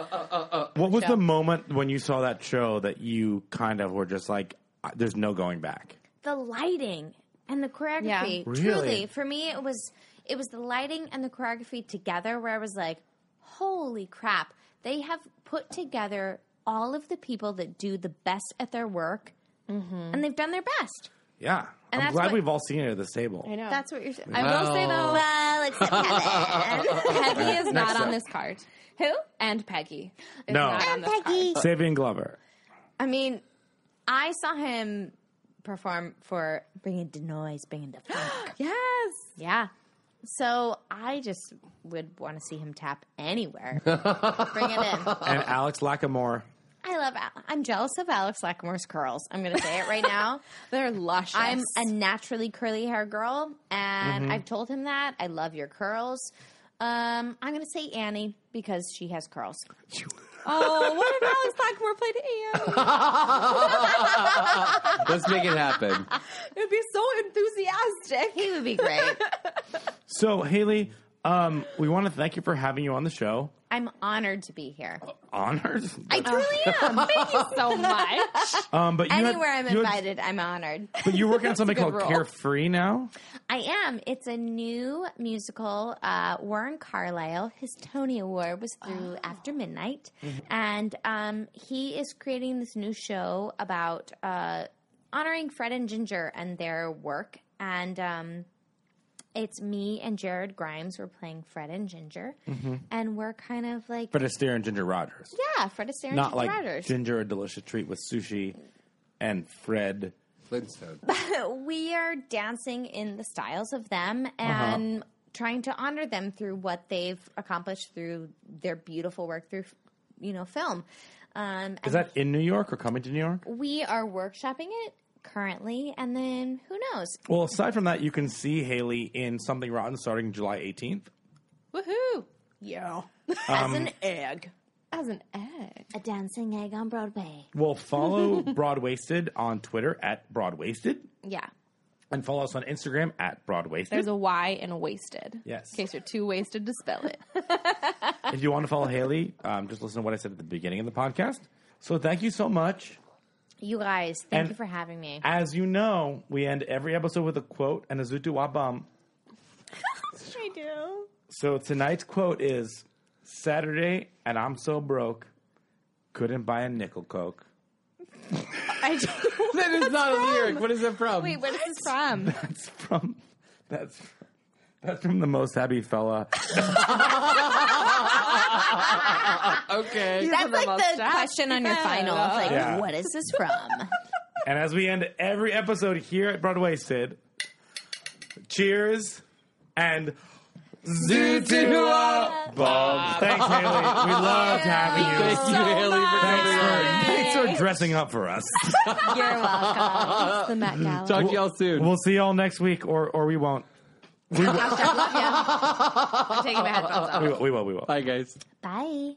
[SPEAKER 11] What was the moment when you saw that show that you kind of were just like, "I- there's no going back?
[SPEAKER 14] the lighting and the choreography.
[SPEAKER 11] Really?
[SPEAKER 3] Yeah.
[SPEAKER 14] Truly, for me, it was it was the lighting and the choreography together where I was like, "Holy crap! They have put together all of the people that do the best at their work, and they've done their best."
[SPEAKER 11] Yeah.
[SPEAKER 14] And
[SPEAKER 11] I'm
[SPEAKER 14] that's
[SPEAKER 11] glad
[SPEAKER 14] what-
[SPEAKER 11] we've all seen it at this table.
[SPEAKER 3] I know.
[SPEAKER 14] That's what you're. saying.
[SPEAKER 3] I will say though,
[SPEAKER 14] Well, except Kevin.
[SPEAKER 3] Peggy is not
[SPEAKER 11] up.
[SPEAKER 3] on this card.
[SPEAKER 14] Who?
[SPEAKER 3] And Peggy. Is
[SPEAKER 11] No.
[SPEAKER 3] Not on
[SPEAKER 11] And
[SPEAKER 3] this Peggy.
[SPEAKER 11] Savian Glover.
[SPEAKER 14] I mean, I saw him perform for Bring It the Noise, Bring It the Funk.
[SPEAKER 3] Yes.
[SPEAKER 14] Yeah. So I just would want to see him tap anywhere. Bring it in.
[SPEAKER 11] And Alex Lackamore.
[SPEAKER 14] I love. Al- I'm jealous of Alex Lacamore's curls. I'm going to say it right now.
[SPEAKER 3] They're luscious.
[SPEAKER 14] I'm a naturally curly hair girl, and I've told him that. I love your curls. Um, I'm going to say Annie because she has curls.
[SPEAKER 3] oh, what if Alex Blackmore played Anne?
[SPEAKER 13] Let's make it happen.
[SPEAKER 3] It'd be so enthusiastic.
[SPEAKER 14] He would be great.
[SPEAKER 11] So, Haley, um, we want to thank you for having you on the show.
[SPEAKER 14] I'm honored to be here. Um,
[SPEAKER 11] Honored.
[SPEAKER 14] I truly am. Thank you.
[SPEAKER 3] so much.
[SPEAKER 11] Um, but you had-
[SPEAKER 14] Anywhere I'm
[SPEAKER 11] you had-
[SPEAKER 14] invited, I'm honored.
[SPEAKER 11] but you're working on something
[SPEAKER 3] That's a
[SPEAKER 11] called
[SPEAKER 3] good role.
[SPEAKER 11] Carefree now.
[SPEAKER 14] I am. It's a new musical. Uh, Warren Carlisle, his Tony Award was through
[SPEAKER 11] Oh.
[SPEAKER 14] after midnight,
[SPEAKER 11] Mm-hmm.
[SPEAKER 14] and um, he is creating this new show about uh, honoring Fred and Ginger and their work. And um, it's me and Jared Grimes. We're playing Fred and Ginger,
[SPEAKER 11] Mm-hmm.
[SPEAKER 14] and we're kind of like
[SPEAKER 11] Fred Astaire and Ginger Rogers.
[SPEAKER 14] yeah, Fred Astaire, and
[SPEAKER 11] Not
[SPEAKER 14] Ginger
[SPEAKER 11] like
[SPEAKER 14] Rogers.
[SPEAKER 11] Ginger a delicious treat with sushi and Fred.
[SPEAKER 13] Flintstone.
[SPEAKER 14] we are dancing in the styles of
[SPEAKER 11] Uh-huh.
[SPEAKER 14] them and trying to honor them through what they've accomplished through their beautiful work through you know film um
[SPEAKER 11] Is
[SPEAKER 14] and
[SPEAKER 11] that in New York or coming to New York?
[SPEAKER 14] we are workshopping it currently and then who knows
[SPEAKER 11] Well, aside from that, you can see Haley in Something Rotten starting July 18th.
[SPEAKER 3] Woohoo.
[SPEAKER 14] yeah as an egg
[SPEAKER 3] As an egg.
[SPEAKER 14] a dancing egg on broadway
[SPEAKER 11] Well, follow Broadwasted on Twitter at Broadwasted
[SPEAKER 3] Yeah.
[SPEAKER 11] and follow us on Instagram at Broadwasted.
[SPEAKER 3] There's a Y and a wasted.
[SPEAKER 11] Yes.
[SPEAKER 3] In case you're too wasted to spell it.
[SPEAKER 11] if you want to follow Haley, um, just listen to what I said at the beginning of the podcast. So thank you so much.
[SPEAKER 14] you guys thank
[SPEAKER 11] And-
[SPEAKER 14] you for having me
[SPEAKER 11] As you know, we end every episode with a quote and a Zutu Wabam.
[SPEAKER 14] i do
[SPEAKER 11] So tonight's quote is Saturday, and I'm so broke, couldn't buy a nickel coke.
[SPEAKER 3] I do.
[SPEAKER 13] that is not a lyric. What is that from?
[SPEAKER 3] Wait, where is this from?
[SPEAKER 11] That's from that's that's from the most happy fella.
[SPEAKER 13] okay.
[SPEAKER 14] that's
[SPEAKER 3] the
[SPEAKER 14] like
[SPEAKER 3] most
[SPEAKER 14] the
[SPEAKER 3] asked.
[SPEAKER 14] question on your
[SPEAKER 3] Yeah.
[SPEAKER 14] final like
[SPEAKER 11] Yeah.
[SPEAKER 14] what is this from
[SPEAKER 11] And as we end every episode here at Broadway, Sid, cheers and Zootiwa Bob. Thanks, Haley. We loved having you.
[SPEAKER 15] Thank you, Haley, for coming on.
[SPEAKER 11] Thanks for dressing up for us.
[SPEAKER 4] You're welcome. It's the Met Gala.
[SPEAKER 15] Talk to y'all soon.
[SPEAKER 11] We'll see y'all next week, or or we won't. We will.
[SPEAKER 14] I'm taking my headphones off.
[SPEAKER 11] We will. We will. We will.
[SPEAKER 15] Bye, guys.
[SPEAKER 14] Bye.